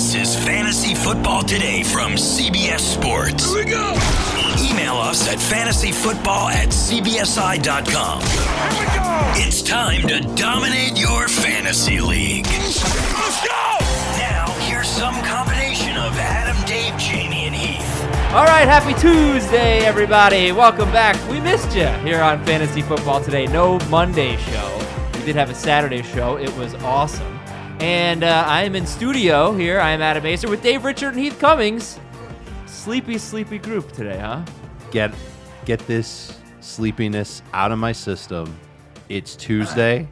Fantasy Football Today from CBS Sports. we go. Email us at fantasyfootball at cbsi.com. Here we go. It's time to dominate your fantasy league. Let's go. Now, here's some combination of Adam, Dave, Jamie, and Heath. All right, happy Tuesday, everybody. Welcome back. We missed you here on Fantasy Football Today. No Monday show. We did have a Saturday show. It was awesome. And uh, I am in studio here. I am Adam Acer with Dave Richard and Heath Cummings. Sleepy, sleepy group today, huh? get get this sleepiness out of my system. It's Tuesday.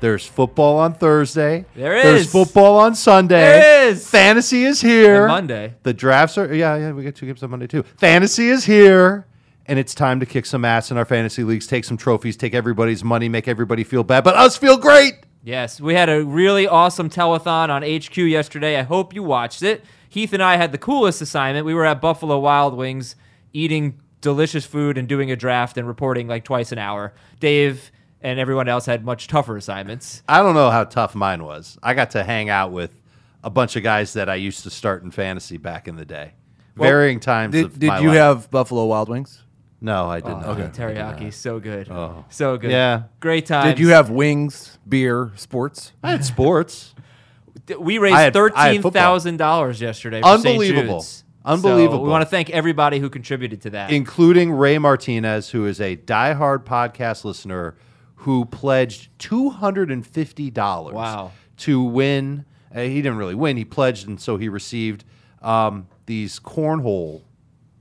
There's football on Thursday. There is. There's football on Sunday. There is. Fantasy is here. And Monday. The drafts are yeah, yeah, we get two games on Monday too. Fantasy is here. And it's time to kick some ass in our fantasy leagues, take some trophies, take everybody's money, make everybody feel bad, but us feel great. Yes, we had a really awesome telethon on HQ yesterday. I hope you watched it. Heath and I had the coolest assignment. We were at Buffalo Wild Wings eating delicious food and doing a draft and reporting like twice an hour. Dave and everyone else had much tougher assignments. I don't know how tough mine was. I got to hang out with a bunch of guys that I used to start in fantasy back in the day. Varying times Did, of did my you life. have Buffalo Wild Wings? No, I did not. Oh, Teriyaki, so good. Oh. So good. Yeah. Great time. Did you have wings, beer, sports? I had sports. We raised I had- I had thirteen football. thousand dollars yesterday. For St. Unbelievable. Jude's. So Unbelievable. we want to thank everybody who contributed to that. including Ray Martinez, who is a diehard podcast listener who pledged $250 Wow. to win. Uh, he didn't really win, he pledged, and so he received um, these cornhole.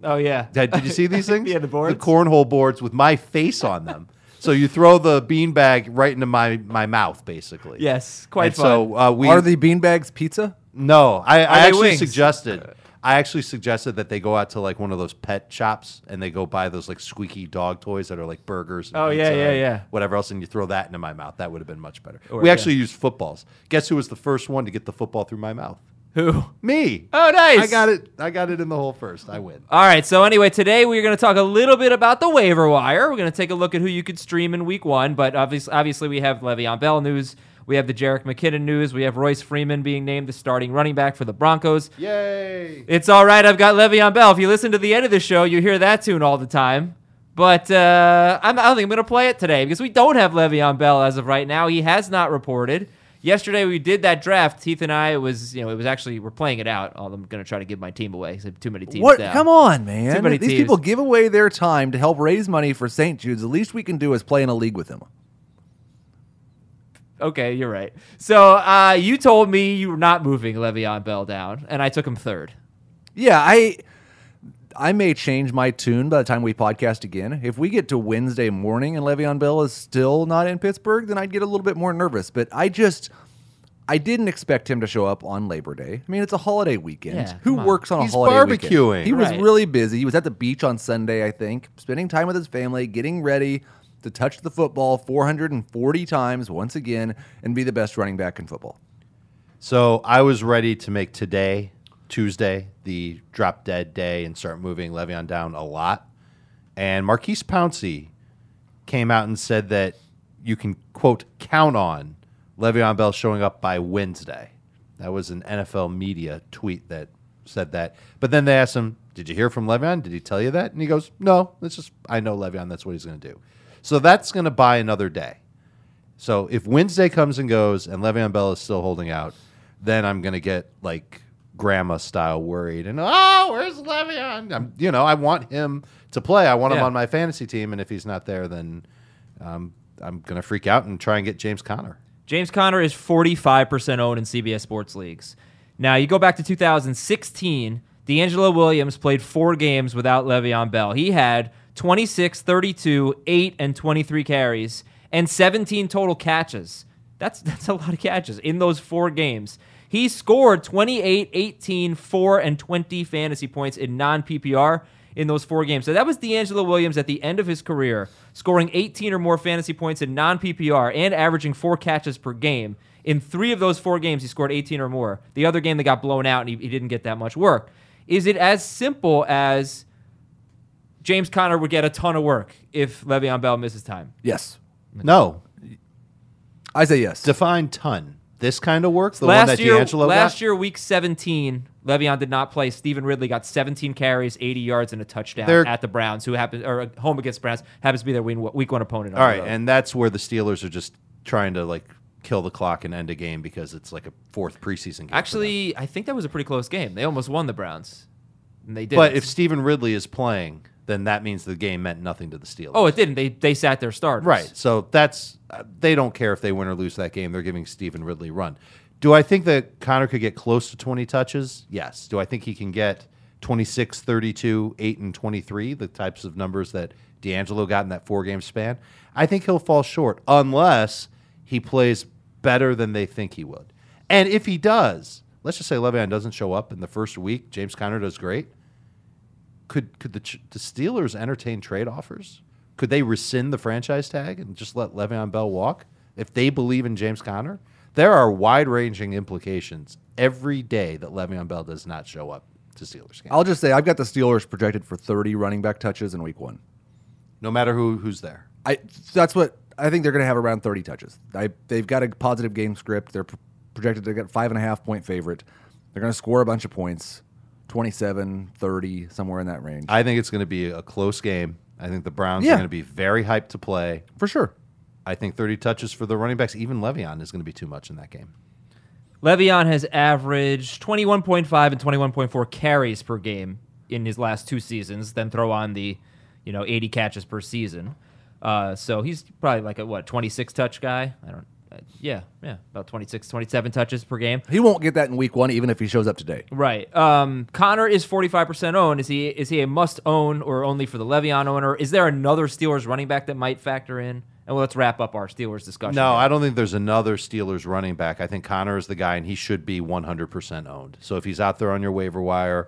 oh yeah. Did did you see these things? Yeah, the boards. cornhole boards with my face on them. so you throw the beanbag right into my, my mouth, basically. Yes, quite and fun. So uh, we Are the beanbags pizza? No, I, I they actually wings? suggested. I actually suggested that they go out to like one of those pet shops and they go buy those like squeaky dog toys that are like burgers. And Oh, yeah, pizza yeah, and yeah. Whatever else, and you throw that into my mouth. That would have been much better. Or- we yeah. actually used footballs. Guess who was the first one to get the football through my mouth? who? Me. Oh, nice. I got it. I got it in the hole first. I win. All right. So anyway, today we're going to talk a little bit about the waiver wire. We're going to take a look at who you could stream in week one. But obviously, obviously, we have Le'Veon Bell news. We have the Jarek McKinnon news. We have Royce Freeman being named the starting running back for the Broncos. Yay! It's all right. I've got Le'Veon Bell. If you listen to the end of the show, you hear that tune all the time. But uh, I'm, I don't think I'm going to play it today because we don't have Le'Veon Bell as of right now. He has not reported. Yesterday we did that draft. Heath and I it was, you know, it was actually we're playing it out. Oh, I'm going to try to give my team away. 'cause I have Too many teams. What? down. Come on, man. Too many These teams. people give away their time to help raise money for St. Jude's. The least we can do is play in a league with them. Okay, you're right. So uh, you told me you were not moving Le'Veon Bell down, and I took him third. Yeah, I I may change my tune by the time we podcast again. If we get to Wednesday morning and Le'Veon Bell is still not in Pittsburgh, then I'd get a little bit more nervous. But I just I didn't expect him to show up on Labor Day. I mean, it's a holiday weekend. Yeah, Who come on. works on He's a holiday weekend? barbecuing. He was Right. really busy. He was at the beach on Sunday, I think, spending time with his family, getting ready to touch the football 440 times once again and be the best running back in football. So I was ready to make today, Tuesday, the drop dead day and start moving Le'Veon down a lot. And Marquise Pouncey came out and said that you can, quote, count on Le'Veon Bell showing up by Wednesday. That was an NFL media tweet that said that. But then they asked him, Did you hear from Le'Veon? Did he tell you that? And he goes, No, that's just, I know Le'Veon, that's what he's going to do. So that's going to buy another day. So if Wednesday comes and goes and Le'Veon Bell is still holding out, then I'm gonna get like grandma style worried and oh, where's Le'Veon? I'm, you know, I want him to play. I want him Yeah. on my fantasy team, and if he's not there, then um, I'm gonna freak out and try and get James Conner. James Conner is 45% owned in CBS sports leagues. Now, you go back to 2016, D'Angelo Williams played four games without Le'Veon Bell. He had 26, 32, 8, and 23 carries and 17 total catches. That's, that's a lot of catches in those four games. He scored 28, 18, 4, and 20 fantasy points in non PPR in those four games. So that was D'Angelo Williams at the end of his career, scoring 18 or more fantasy points in non PPR and averaging four catches per game. In three of those four games, he scored 18 or more. The other game, they got blown out and he, he didn't get that much work. Is it as simple as James Conner would get a ton of work if Le'Veon Bell misses time? Yes. No, I say yes. define ton. this kind of work, the one last that year, D'Angelo last got? year, week 17, Le'Veon did not play. Stephen Ridley got 17 carries, 80 yards, and a touchdown They're- at the Browns, who happens or home against Browns happens to be their win- week one opponent. on All the right, road. and that's where the Steelers are just trying to like kill the clock and end a game because it's like a fourth preseason game. for them. actually, I think that was a pretty close game. They almost won the Browns, and they did. but if Stephen Ridley is playing, then that means the game meant nothing to the Steelers. oh, it didn't. They they sat their starters. Right. So that's uh, they don't care if they win or lose that game. They're giving Stephen Ridley a run. Do I think that Connor could get close to 20 touches? Yes. Do I think he can get 26, 32, 8 and 23, the types of numbers that D'Angelo got in that four-game span? I think he'll fall short unless he plays better than they think he would. And if he does, let's just say Le'Veon doesn't show up in the first week, James Conner does great could could the, Ch- the Steelers entertain trade offers? Could they rescind the franchise tag and just let Le'Veon Bell walk if they believe in James Conner? There are wide ranging implications every day that Le'Veon Bell does not show up to Steelers games, I'll just say I've got the Steelers projected for 30 running back touches in week one. no matter who who's there. I that's what I think they're going to have around 30 touches. I, they've got a positive game script. They're pr- projected to get five and a half point favorite. They're going to score a bunch of points 27, 30, somewhere in that range. I think it's going to be a close game. I think the Browns Yeah. are going to be very hyped to play. for sure. I think 30 touches for the running backs, even Le'Veon, is going to be too much in that game. Le'Veon has averaged 21.5 and 21.4 carries per game in his last two seasons. Then throw on the, you know, 80 catches per season. Uh, so he's probably like a what 26 touch guy. I don't. Uh, yeah, yeah, about 26, 27 touches per game. He won't get that in week one, even if he shows up today. Right. Um, Connor is 45% owned. Is he is he a must own or only for the Le'Veon owner? Is there another Steelers running back that might factor in? And well, let's wrap up our Steelers discussion. No, here. I don't think there's another Steelers running back. I think Connor is the guy, and he should be 100% owned. So if he's out there on your waiver wire,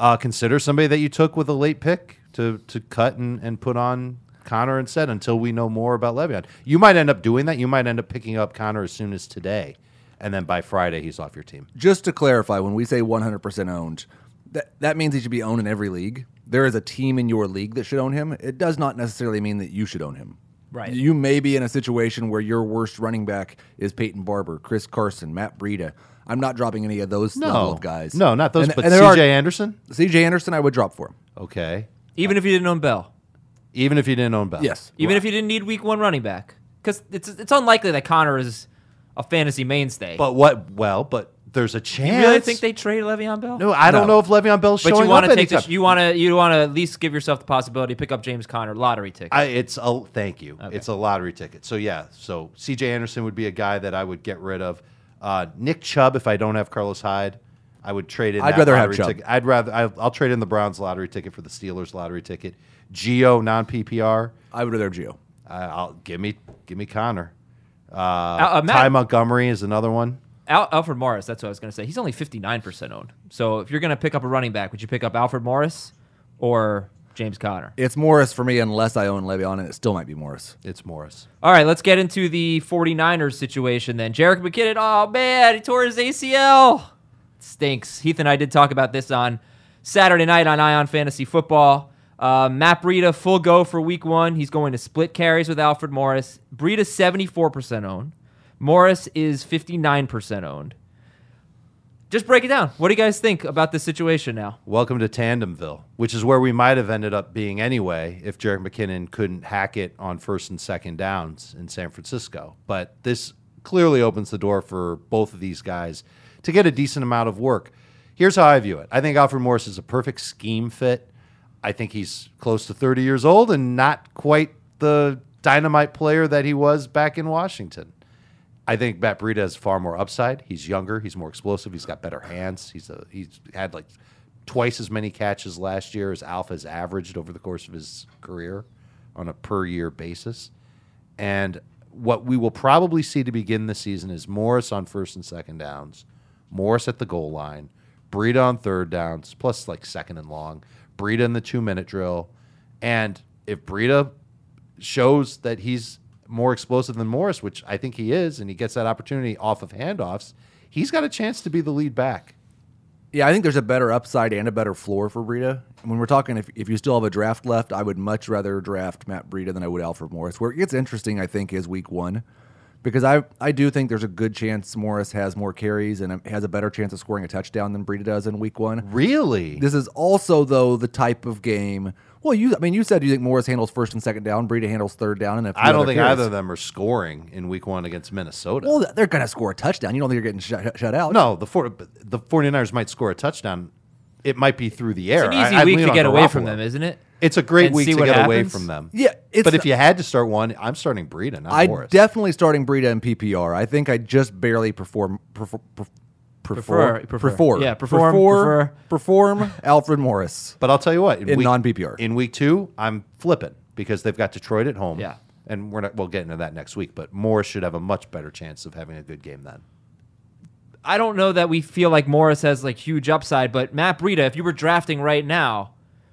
uh, consider somebody that you took with a late pick to to cut and, and put on Connor and said until we know more about Le'Veon. You might end up doing that. You might end up picking up Connor as soon as today, and then by Friday he's off your team. Just to clarify, when we say 100% owned, that, that means he should be owned in every league. There is a team in your league that should own him. It does not necessarily mean that you should own him. Right. You may be in a situation where your worst running back is Peyton Barber, Chris Carson, Matt Breida. I'm not dropping any of those level No of guys. No, not those. And- but and there C.J. are- Anderson. CJ Anderson, I would drop for him. Okay. Even if you didn't own Bell. Even if you didn't own Bell. Yes. even if you didn't need week one running back because it's it's unlikely that Connor is a fantasy mainstay. But what? Well, but there's a you chance. really think they trade Le'Veon Bell? No, I don't No. know if Le'Veon Bell's but showing you want up to take anytime. this. You want to you want to at least give yourself the possibility to pick up James Connor lottery ticket. I, it's a thank you. It's a lottery ticket. So yeah. So C.J. Anderson would be a guy that I would get rid of. Uh, Nick Chubb, if I don't have Carlos Hyde, I would trade in. I'd that rather have lottery Chubb. Ticket. I'd rather I'll, I'll trade in the Browns lottery ticket for the Steelers lottery ticket. Geo non PPR. I would rather have Gio. I'll give me give me Connor. Uh, uh, Matt- Ty Montgomery is another one. Al- Alfred Morris. That's what I was going to say. He's only fifty nine percent owned. So if you're going to pick up a running back, would you pick up Alfred Morris or James Connor? It's Morris for me, unless I own Le'Veon, and it still might be Morris. It's Morris. All right, let's get into the 49ers situation then. Jarek McKinnon, oh man, he tore his ACL. Stinks. Heath and I did talk about this on Saturday night on Ion Fantasy Football. Uh, Matt Breida, full go for week one. He's going to split carries with Alfred Morris. Breida, 74% owned. Morris is 59% owned. Just break it down. What do you guys think about this situation now? Welcome to Tandemville, which is where we might have ended up being anyway if Jarek McKinnon couldn't hack it on first and second downs in San Francisco. But this clearly opens the door for both of these guys to get a decent amount of work. Here's how I view it I think Alfred Morris is a perfect scheme fit. I think he's close to 30 years old and not quite the dynamite player that he was back in Washington. I think Matt Breida has far more upside. He's younger. He's more explosive. He's got better hands. He's a, he's had like twice as many catches last year as Alpha has averaged over the course of his career on a per year basis. And what we will probably see to begin the season is Morris on first and second downs, Morris at the goal line, Breida on third downs, plus like second and long, Breida in the two minute drill. And if Breida shows that he's more explosive than Morris, which I think he is, and he gets that opportunity off of handoffs, he's got a chance to be the lead back. Yeah, I think there's a better upside and a better floor for Breida. When we're talking, if, if you still have a draft left, I would much rather draft Matt Breida than I would Alfred Morris. Where it gets interesting, I think, is week one because I I do think there's a good chance Morris has more carries and has a better chance of scoring a touchdown than Breida does in Week One. Really? This is also though the type of game. Well, you I mean you said you think Morris handles first and second down, Breida handles third down, and a few I don't other think carries. either of them are scoring in week one against Minnesota. Well, they're going to score a touchdown. You don't think they're getting shut, shut out? no, the four, but the 49ers might score a touchdown. It might be through the air. It's an easy I- I'd week lean to on get away Garoppolo. from them, isn't it? It's a great And week see to what get away happens? from them. Yeah, it's but if not- you had to start one, I'm starting Breida, not I Morris. definitely starting Breida in PPR. I think I just barely perform. Perfor, perf- Prefer- Perform, prefer. perform, Yeah, perform, perform, perform Alfred Morris. But I'll tell you what, In week- non-PPR. in week two, I'm flipping because they've got Detroit at home. Yeah. and we're not. We'll get into that next week. But Morris should have a much better chance of having a good game then. I don't know that we feel like Morris has like huge upside, but Matt Breida, if you were drafting right now,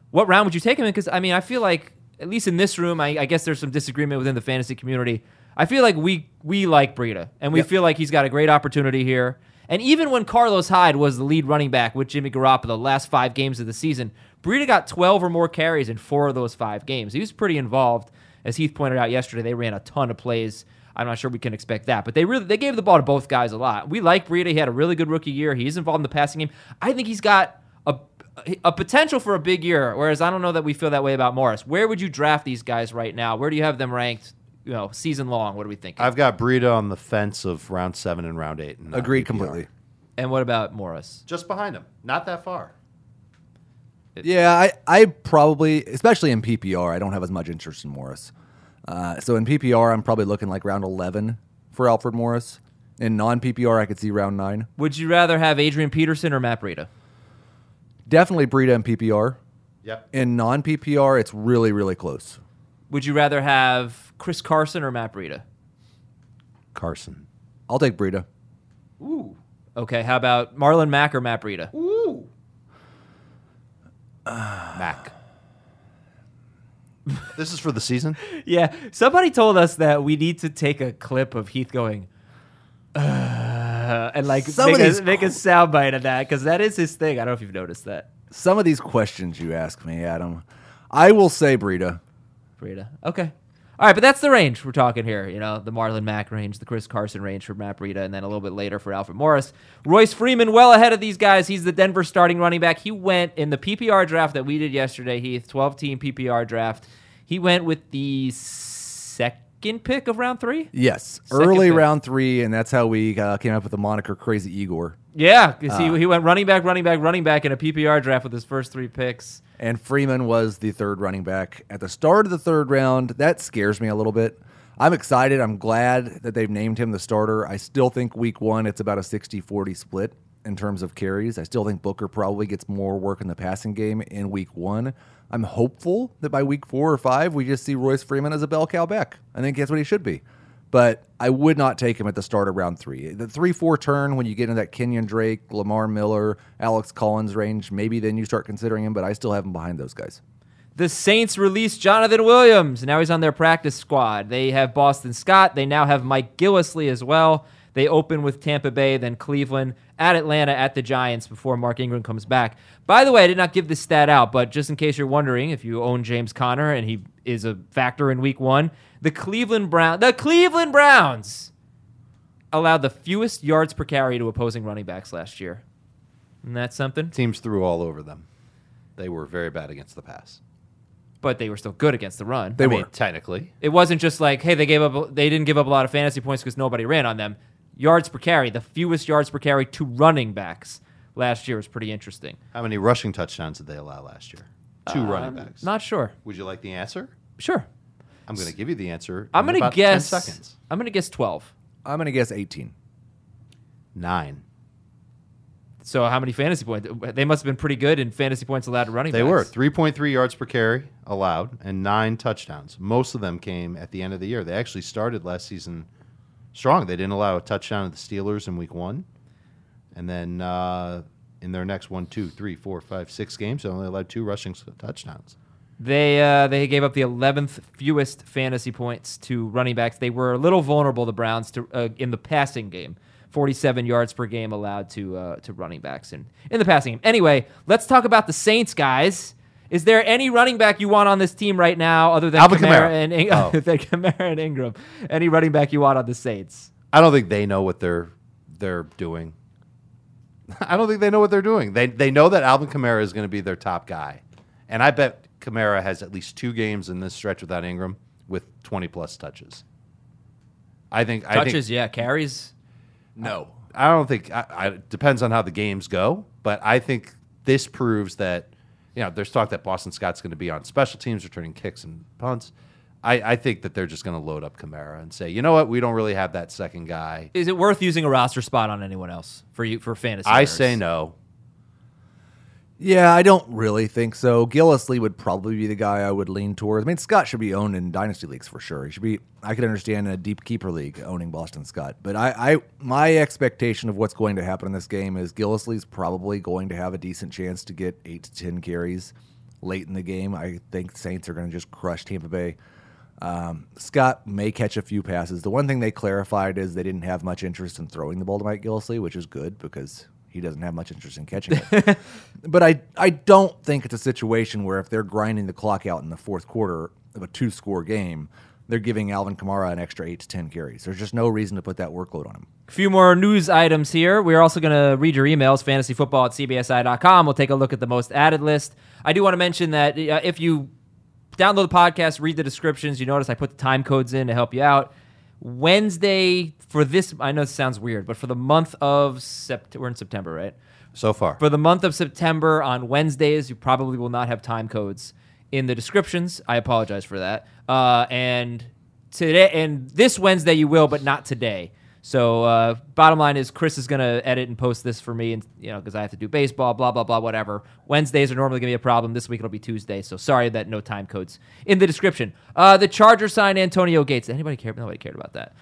what round would you take him in? Because I mean, I feel like at least in this room, I, I guess there's some disagreement within the fantasy community. I feel like we we like Breida, and we feel like he's got a great opportunity here. And even when Carlos Hyde was the lead running back with Jimmy Garoppolo the last five games of the season, Breida got 12 or more carries in four of those five games. He was pretty involved, as Heath pointed out yesterday. They ran a ton of plays. I'm not sure we can expect that, but they really they gave the ball to both guys a lot. We like Breida. He had a really good rookie year. He is involved in the passing game. I think he's got a a potential for a big year. Whereas I don't know that we feel that way about Morris. Where would you draft these guys right now? Where do you have them ranked? You know, season long. What do we think? I've got Breida on the fence of round seven and round eight. And Agreed completely. and what about Morris? Just behind him, not that far. Yeah, I, I probably, especially in PPR, I don't have as much interest in Morris. Uh, so in PPR, I'm probably looking like round 11 for Alfred Morris. In non PPR, I could see round nine. Would you rather have Adrian Peterson or Matt Breida? Definitely Breida in PPR. Yep. In non PPR, it's really, really close. Would you rather have Chris Carson or Matt Breida? Carson. I'll take Breida. Okay, how about Marlon Mack or Matt Breida? Mac. this is for the season. Yeah, somebody told us that we need to take a clip of Heath going, uh, and like Some make of these a, make a soundbite of that because that is his thing. I don't know if you've noticed that, Some of these questions you ask me, Adam, I will say Breida. Breida. Okay, all right, but that's the range we're talking here. You know, the Marlon Mack range, the Chris Carson range for Matt Breida, and then a little bit later for Alfred Morris. Royce Freeman, well ahead of these guys. He's the Denver starting running back. He went in the PPR draft that we did yesterday. Heath, twelve team PPR draft. He went with the second pick of round three. Yes, Second early pick. round three, and that's how we uh, came up with the moniker Crazy Igor. Yeah, 'cause he, he went running back, running back, running back in a PPR draft with his first three picks. And Freeman was the third running back at the start of the third round. That scares me a little bit. I'm excited. I'm glad that they've named him the starter. I still think week one, it's about a 60 40 split in terms of carries. I still think Booker probably gets more work in the passing game in week one. I'm hopeful that by week four or five, we just see Royce Freeman as a bell cow back. I think that's what he should be. But I would not take him at the start of round three. The three four turn when you get into that Kenyon Drake, Lamar Miller, Alex Collins range, maybe then you start considering him. But I still have him behind those guys. The Saints released Jonathan Williams. Now he's on their practice squad. They have Boston Scott. They now have Mike Gillisley as well. They open with Tampa Bay, then Cleveland, at Atlanta, at the Giants before Mark Ingram comes back. By the way, I did not give this stat out, but just in case you're wondering, if you own James Conner and he is a factor in Week One, the Cleveland Brown, the Cleveland Browns allowed the fewest yards per carry to opposing running backs last year. Isn't that something? Teams threw all over them. They were very bad against the pass. But they were still good against the run. They I mean, were. technically. It wasn't just like, hey, they gave up, they didn't give up a lot of fantasy points because nobody ran on them. Yards per carry, the fewest yards per carry to running backs last year was pretty interesting. How many rushing touchdowns did they allow last year? Two running backs. Um, Not sure. Would you like the answer? Sure. I'm going to give you the answer. I'm in gonna about guess. 10 seconds. I'm gonna guess twelve. I'm going to guess 18. Nine. So how many fantasy points? They must have been pretty good in fantasy points allowed to running. They backs. were 3.3 yards per carry allowed and nine touchdowns. Most of them came at the end of the year. They actually started last season strong. They didn't allow a touchdown to the Steelers in week one. And then uh, in their next one, two, three, four, five, six games, they only allowed two rushing s- touchdowns. They uh, they gave up the 11th fewest fantasy points to running backs. They were a little vulnerable, the Browns, to uh, in the passing game. 47 yards per game allowed to uh, to running backs in, in the passing game. Anyway, let's talk about the Saints, guys. Is there any running back you want on this team right now other than Alvin Kamara. and In- Oh. than Kamara and Ingram? Any running back you want on the Saints? I don't think they know what they're they're doing. I don't think they know what they're doing. They they know that Alvin Kamara is going to be their top guy, and I bet Kamara has at least two games in this stretch without Ingram with twenty plus touches. I think I think, Touches, yeah, carries. No. I don't think I, I it depends on how the games go, but I think this proves that you know there's talk that Boston Scott's going to be on special teams, returning kicks and punts. I, I think that they're just going to load up Kamara and say, you know what, we don't really have that second guy. Is it worth using a roster spot on anyone else for you for fantasy? I nerds? say no. Yeah, I don't really think so. Gillisley would probably be the guy I would lean towards. I mean, Scott should be owned in dynasty leagues for sure. He should be. I could understand in a deep keeper league owning Boston Scott, but I, I my expectation of what's going to happen in this game is Gillisley's probably going to have a decent chance to get eight to ten carries late in the game. I think Saints are going to just crush Tampa Bay. Um, Scott may catch a few passes. The one thing they clarified is they didn't have much interest in throwing the ball to Mike Gillisley, which is good because he doesn't have much interest in catching it. but I, I don't think it's a situation where if they're grinding the clock out in the fourth quarter of a two score game, they're giving Alvin Kamara an extra eight to 10 carries. There's just no reason to put that workload on him. A few more news items here. We're also going to read your emails, fantasyfootball at cbsi.com. We'll take a look at the most added list. I do want to mention that uh, if you download the podcast, read the descriptions, you notice I put the time codes in to help you out. Wednesday for this, I know it sounds weird, but for the month of September, we're in September, right? So far, For the month of September on Wednesdays, you probably will not have time codes in the descriptions. I apologize for that. Uh, and today and this Wednesday you will, but not today. So uh, bottom line is Chris is gonna edit and post this for me, and you know because I have to do baseball, blah blah blah, whatever. Wednesdays are normally gonna be a problem. This week it'll be Tuesday. So sorry that no time codes in the description. Uh, the Chargers signed Antonio Gates. Anybody care? Nobody cared about that.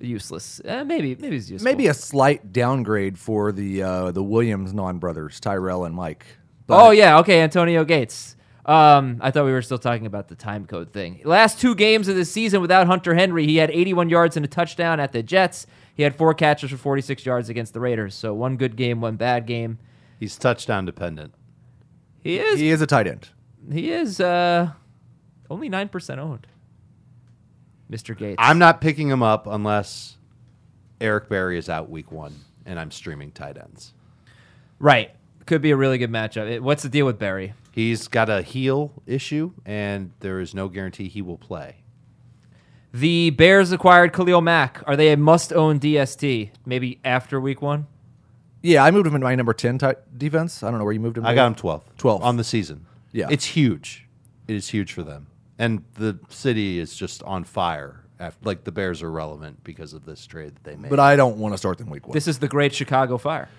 Useless. Uh, maybe maybe it's useful. Maybe a slight downgrade for the, uh, the Williams non brothers, Tyrell and Mike. oh yeah, okay, Antonio Gates. Um, I thought we were still talking about the time code thing. Last two games of the season without Hunter Henry, he had 81 yards and a touchdown at the Jets. He had four catches for 46 yards against the Raiders. So one good game, one bad game. he's touchdown dependent. He is He is a tight end. he is uh, only nine percent owned. Mr. Gates. I'm not picking him up unless Eric Berry is out week one and I'm streaming tight ends. right. Could be a really good matchup. It- what's the deal with Barry? He's got a heel issue, and there is no guarantee he will play. The Bears acquired Khalil Mack. Are they a must-own DST? Maybe after week one. Yeah, I moved him into my number 10 tight defense. I don't know where you moved him. I Dave. got him 12th. 12th. On the season. Yeah. It's huge. It is huge for them. And the city is just on fire. After, like the Bears are relevant because of this trade that they made. But I don't want to start them week one. This is the Great Chicago Fire.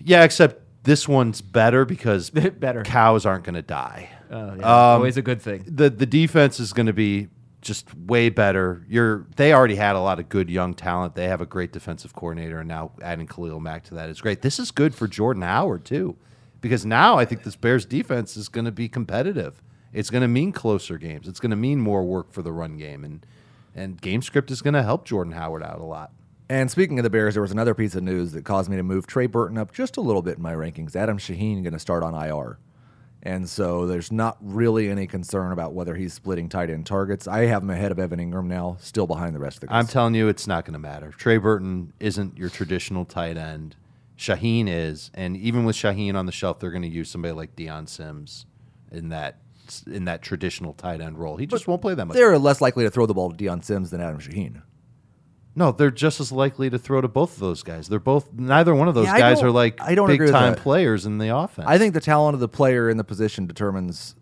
yeah, except this one's better because Better. cows aren't going to die. Oh, yeah. Always a good thing. the the defense is going to be just way better. You're they already had a lot of good young talent. They have a great defensive coordinator, and now adding Khalil Mack to that is great. This is good for Jordan Howard too, because now I think this Bears defense is going to be competitive. It's going to mean closer games. It's going to mean more work for the run game, and and game script is going to help Jordan Howard out a lot. And speaking of the Bears, there was another piece of news that caused me to move Trey Burton up just a little bit in my rankings. Adam Shaheen going to start on IR. And so there's not really any concern about whether he's splitting tight end targets. I have him ahead of Evan Ingram now, still behind the rest of the I'm guys. telling you, it's not going to matter. Trey Burton isn't your traditional tight end. Shaheen is, and even with Shaheen on the shelf, they're going to use somebody like Deion Sims in that in that traditional tight end role. He just won't play that much. They're less likely to throw the ball to Deion Sims than Adam Shaheen. no, they're just as likely to throw to both of those guys. They're both neither one of those Yeah, I guys don't- are like I don't agree big with time that. players in the offense. I think the talent of the player in the position determines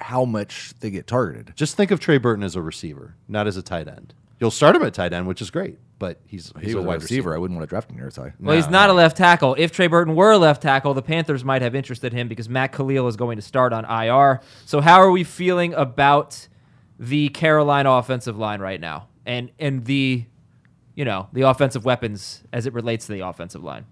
how much they get targeted. just think of Trey Burton as a receiver, not as a tight end. You'll start him at tight end, which is great, but he's he's He's a was wide receiver. Mm. I wouldn't want to draft him near as high. Well, he's not a left tackle. If Trey Burton were a left tackle, the Panthers might have interested him because Matt Khalil is going to start on IR. So, how are we feeling about the Carolina offensive line right now, and and the, you know, the offensive weapons as it relates to the offensive line?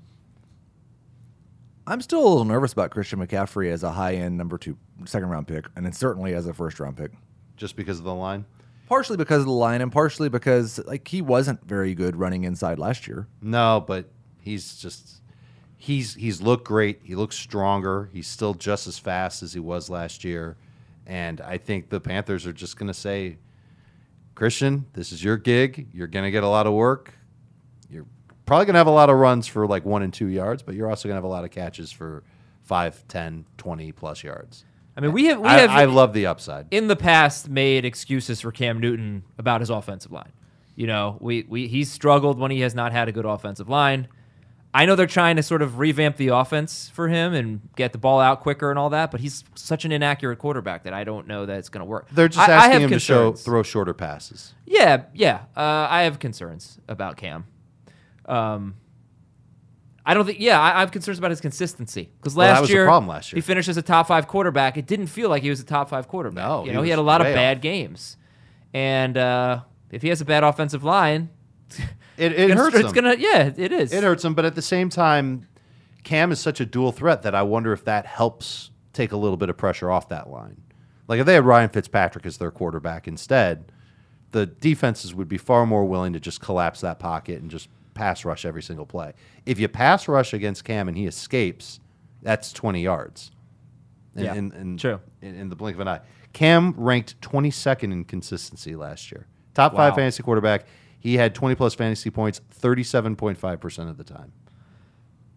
I'm still a little nervous about Christian McCaffrey as a high end number two, second round pick, and then certainly as a first round pick. Just because of the line? Partially because of the line, and partially because like he wasn't very good running inside last year. No, but he's just he's he's looked great. He looks stronger. He's still just as fast as he was last year. And I think the Panthers are just going to say, Christian, this is your gig. You're going to get a lot of work. You're probably going to have a lot of runs for like one and two yards, but you're also going to have a lot of catches for five, 10, 20 plus yards. I mean, we have we I, have I love the upside. in the past made excuses for Cam Newton about his offensive line. You know, we, we he's struggled when he has not had a good offensive line. I know they're trying to sort of revamp the offense for him and get the ball out quicker and all that, but he's such an inaccurate quarterback that I don't know that it's going to work. They're just I- I asking have him to show concerns. throw shorter passes. Yeah, yeah. Uh, I have concerns about Cam. Um, I don't think. Yeah, I, I have concerns about his consistency because Well, last that was the year problem last year. he finished as a top five quarterback. It didn't feel like he was a top five quarterback. No, you he know he, had a was lot of way off. bad games, and uh, if he has a bad offensive line, It, it it's, hurts It's him. gonna. Yeah, it is. It hurts him, but at the same time, Cam is such a dual threat that I wonder if that helps take a little bit of pressure off that line. Like if they had Ryan Fitzpatrick as their quarterback instead, the defenses would be far more willing to just collapse that pocket and just pass rush every single play. If you pass rush against Cam and he escapes, that's 20 yards. In, Yeah, in, in, true. In, in the blink of an eye. Cam ranked 22nd in consistency last year. Top five Wow. fantasy quarterback. He had 20 plus fantasy points 37.5% of the time.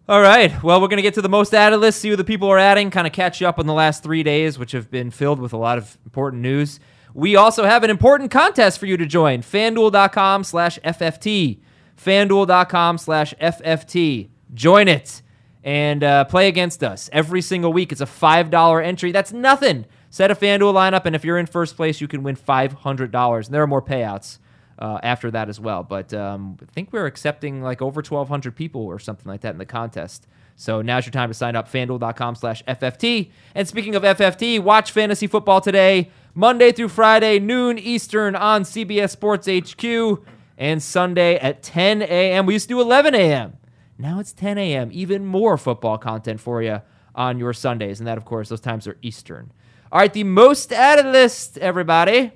All right. Well, we're going to get to the most added list, see who the people are adding, kind of catch you up on the last three days, which have been filled with a lot of important news. We also have an important contest for you to join fanduel.com slash FFT. Fanduel.com slash FFT. Join it and uh, play against us every single week. It's a $5 entry. That's nothing. Set a FanDuel lineup, and if you're in first place, you can win $500. And there are more payouts uh, after that as well. But um, I think we're accepting like over 1,200 people or something like that in the contest. So now's your time to sign up, fanduel.com slash FFT. And speaking of FFT, watch fantasy football today, Monday through Friday, noon Eastern on CBS Sports HQ, and Sunday at 10 a.m. We used to do 11 a.m. Now it's 10 a.m. Even more football content for you on your Sundays. And that, of course, those times are Eastern. All right, the most added list, everybody.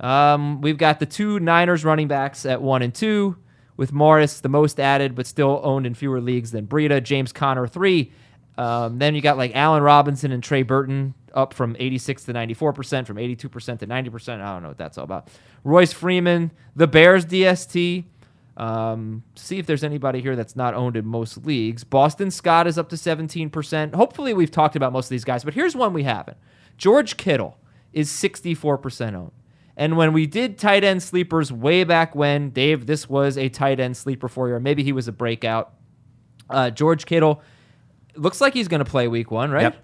Um, we've got the two Niners running backs at one and two, with Morris the most added, but still owned in fewer leagues than Breida. James Conner three. Um, then you got like Allen Robinson and Trey Burton up from 86 to 94 percent, from 82 percent to 90 percent. I don't know what that's all about. Royce Freeman, the Bears DST. Um, see if there's anybody here that's not owned in most leagues. Boston Scott is up to 17 percent. Hopefully, we've talked about most of these guys, but here's one we haven't. George Kittle is 64% owned. And when we did tight end sleepers way back when, Dave, this was a tight end sleeper for you, or maybe he was a breakout. Uh, George Kittle looks like he's going to play week one, right? Yep.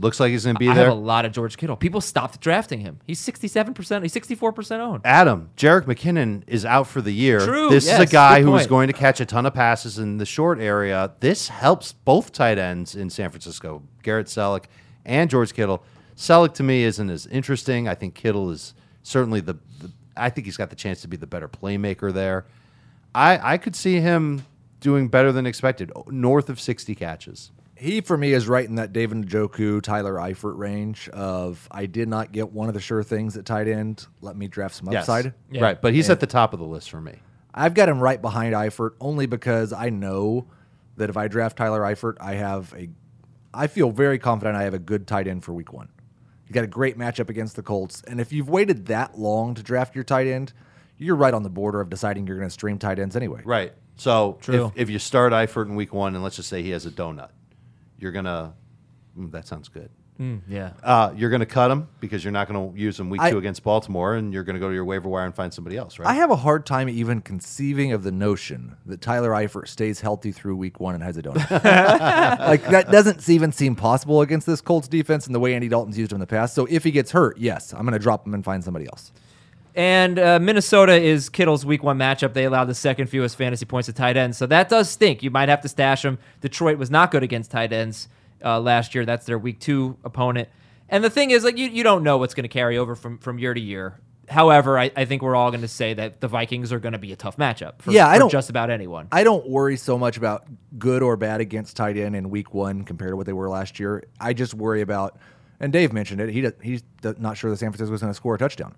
Looks like he's going to be I there. have a lot of George Kittle. People stopped drafting him. He's 67%, he's 64% owned. Adam, Jarek McKinnon is out for the year. True, this is yes, a guy good who is point. going to catch a ton of passes in the short area. This helps both tight ends in San Francisco, Garrett Selleck and George Kittle. Selleck to me isn't as interesting. I think Kittle is certainly the, the I think he's got the chance to be the better playmaker there. I I could see him doing better than expected, north of 60 catches. He for me is right in that David Njoku, Tyler Eifert range of I did not get one of the sure things at tight end. Let me draft some upside. Yeah. Right, but he's at the top of the list for me. I've got him right behind Eifert only because I know that if I draft Tyler Eifert, I have a I feel very confident I have a good tight end for week one. You got a great matchup against the Colts. And if you've waited that long to draft your tight end, you're right on the border of deciding you're gonna stream tight ends anyway. Right. So True. If, if you start Eifert in week one, and let's just say he has a donut, you're gonna. mm, that sounds good. Yeah. Uh, you're gonna cut him because you're not gonna use him week I- two against Baltimore, and you're gonna go to your waiver wire and find somebody else, right? I have a hard time even conceiving of the notion that Tyler Eifert stays healthy through week one and has a donut. like that doesn't even seem possible against this Colts defense and the way Andy Dalton's used him in the past. So if he gets hurt, yes, I'm going to drop him and find somebody else. And uh, Minnesota is Kittle's week one matchup. They allowed the second fewest fantasy points to tight ends. So that does stink. You might have to stash them. Detroit was not good against tight ends uh, last year. That's their week two opponent. And the thing is, like you, you don't know what's going to carry over from, from year to year. However, I, I think we're all going to say that the Vikings are going to be a tough matchup for, Yeah, I for don't- just about anyone. I don't worry so much about good or bad against tight end in week one compared to what they were last year. I just worry about, and Dave mentioned it. He does, he's not sure that San Francisco's going to score a touchdown.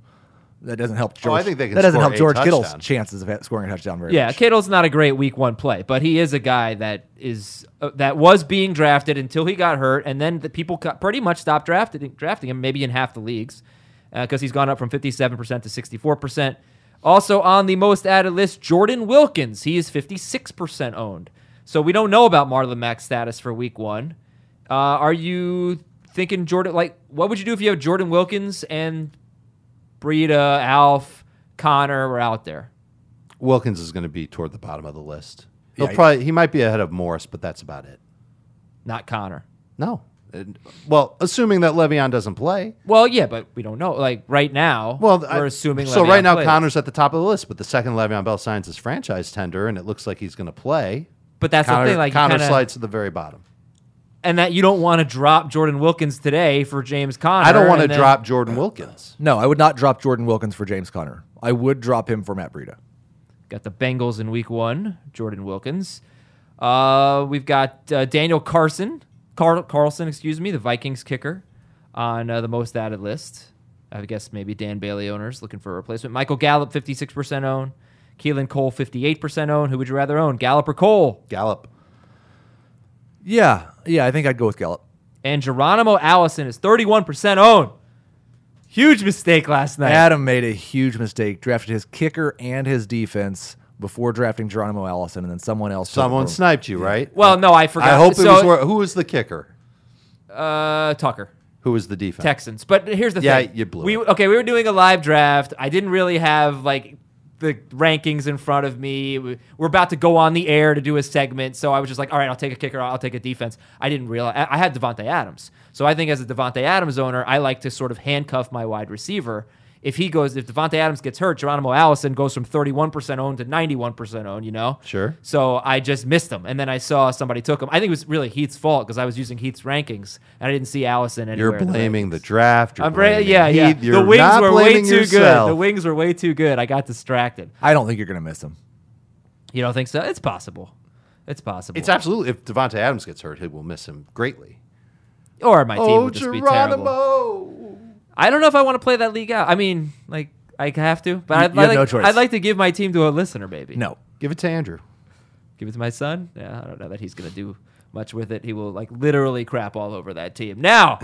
That doesn't help George. Oh, I think they can that doesn't score help a George Kittle's touchdown. chances of ha- scoring a touchdown very Yeah, much. Kittle's not a great week one play, but he is a guy that is uh, that was being drafted until he got hurt, and then the people got, pretty much stopped drafted, drafting him, maybe in half the leagues, because he's gone up from fifty seven percent to sixty four percent. Also on the most added list, Jordan Wilkins. He is fifty six percent owned, so we don't know about Marlon Mack's status for week one. Uh, are you thinking Jordan? Like, what would you do if you have Jordan Wilkins and Breida, Alf, Connor were out there? Wilkins is going to be toward the bottom of the list. He'll Yeah, he- probably he might be ahead of Morris, but that's about it. Not Connor. No. And- well, assuming that Le'Veon doesn't play. Well, yeah, but we don't know. Like right now, Well, we're I- assuming. So Le'Veon right now, plays. Connor's at the top of the list, but the second Le'Veon Bell signs his franchise tender, and it looks like he's going to play. But that's Connor, the thing, like Connor kind of, slides to the very bottom. and that you don't want to drop Jordan Wilkins today for James Connor. I don't want to and then- drop Jordan Wilkins. No, I would not drop Jordan Wilkins for James Conner. I would drop him for Matt Breida. Got the Bengals in Week One. Jordan Wilkins. Uh, we've got uh, Daniel Carson, Carl, Carlson, excuse me, the Vikings kicker, on uh, the most added list. I guess maybe Dan Bailey owners looking for a replacement. Michael Gallup, fifty-six percent own. Keelan Cole, fifty-eight percent own. Who would you rather own, Gallup or Cole? Gallup. Yeah, yeah, I think I'd go with Gallup. and Geronimo Allison is 31% owned. Huge mistake last night. Adam made a huge mistake, drafted his kicker and his defense before drafting Geronimo Allison, and then someone else. took him Someone for him. sniped you, right? well, no, I forgot. I hope it so, was wor- who was the kicker? uh, Tucker. Who was the defense? Texans. But here's the Yeah, thing. you blew we, it. Okay, we were doing a live draft. I didn't really have like the rankings in front of me. We- We're about to go on the air to do a segment, so I was just like, all right, I'll take a kicker, I'll take a defense. I didn't realize I I had Devonte Adams, so I think as a Devonte Adams owner, I like to sort of handcuff my wide receiver. If he goes, if Devonte Adams gets hurt, Geronimo Allison goes from 31% owned to 91% owned. You know, Sure. so I just missed him, and then I saw somebody took him. I think it was really Heath's fault because I was using Heath's rankings and I didn't see Allison anywhere. You're in the blaming rankings. the draft. You're I'm bra- blaming yeah, yeah. Heath. You're the wings not were way blaming too yourself. good. The wings were way too good. I got distracted. I don't think you're going to miss him. You don't think so? It's possible. It's possible. It's absolutely if Devonte Adams gets hurt, he will miss him greatly. or my team Oh, would just be terrible. I don't know if I want to play that league out. I mean, like I have to, but You- I'd, you have like, no choice. I'd like to give my team to a listener, maybe. No, Give it to Andrew. give it to my son. Yeah, I don't know that he's gonna do much with it. He will like literally crap all over that team. Now,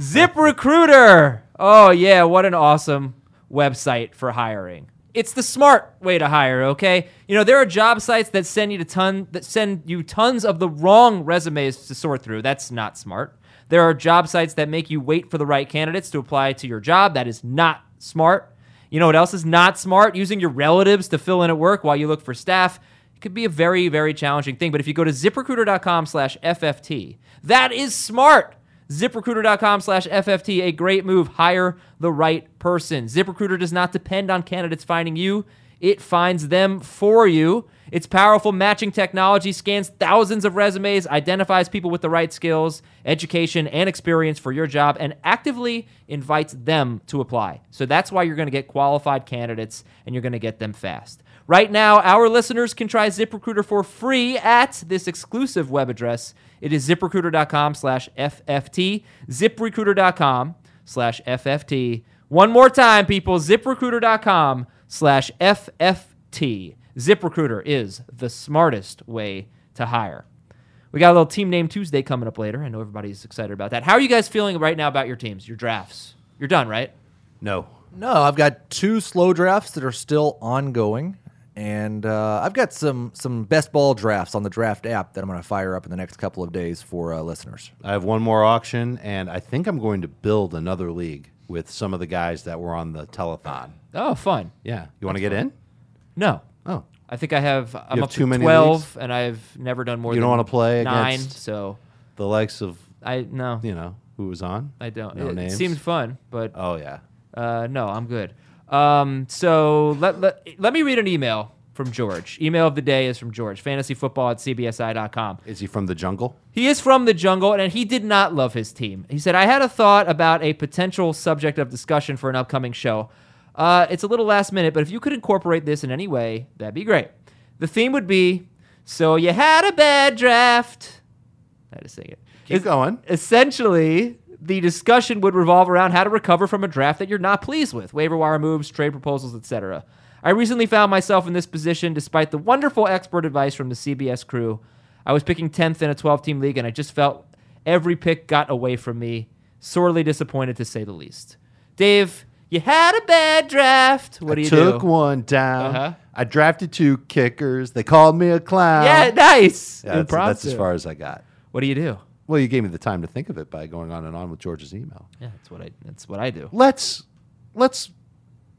Zip Recruiter. Oh yeah, what an awesome website for hiring. It's the smart way to hire, okay? You know, there are job sites that send you to ton that send you tons of the wrong resumes to sort through. That's not smart. There are job sites that make you wait for the right candidates to apply to your job. That is not smart. You know what else is not smart? Using your relatives to fill in at work while you look for staff. It could be a very, very challenging thing. But if you go to ziprecruiter.com slash FFT, that is smart. ZipRecruiter.com slash FFT, a great move. Hire the right person. ZipRecruiter does not depend on candidates finding you, it finds them for you. Its powerful matching technology scans thousands of resumes, identifies people with the right skills, education, and experience for your job, and actively invites them to apply. So that's why you're going to get qualified candidates and you're going to get them fast. Right now, our listeners can try ZipRecruiter for free at this exclusive web address. It is ziprecruiter.com slash FFT. ZipRecruiter.com slash FFT. One more time, people, ziprecruiter.com slash FFT. ZipRecruiter is the smartest way to hire. We got a little Team Name Tuesday coming up later. I know everybody's excited about that. How are you guys feeling right now about your teams, your drafts? You're done, right? No. no, I've got two slow drafts that are still ongoing, and uh, I've got some some best ball drafts on the draft app that I'm going to fire up in the next couple of days for uh, listeners. I have one more auction, and I think I'm going to build another league with some of the guys that were on the telethon. Oh, fun. Yeah. You want to get in? No. Oh. I think I have. I'm have up too to many twelve, leagues? and I've never done more. You than don't wanna play nine. against- So The likes of, I no, you know, who was on? I don't. No it names. seemed fun, but Oh, yeah. uh, no, I'm good. Um, so let, let let me read an email from George. Email of the day is from George. Fantasyfootball at cbsi.com. Is he from the jungle? He is from the jungle, and he did not love his team. He said, I had a thought about a potential subject of discussion for an upcoming show. Uh, it's a little last minute, but if you could incorporate this in any way, that'd be great. The theme would be So you had a bad draft. I had to sing it. Keep Es- going. Essentially, the discussion would revolve around how to recover from a draft that you're not pleased with, waiver wire moves, trade proposals, etc. I recently found myself in this position despite the wonderful expert advice from the CBS crew. I was picking 10th in a 12 team league and I just felt every pick got away from me. Sorely disappointed to say the least. Dave, you had a bad draft. What do I you took do? one down. Uh-huh. I drafted two kickers. They called me a clown. Yeah, nice. Yeah, that's, that's Impromptu. as far as I got. What do you do? Well, you gave me the time to think of it by going on and on with George's email. Yeah, that's what I. That's what I do. Let's let's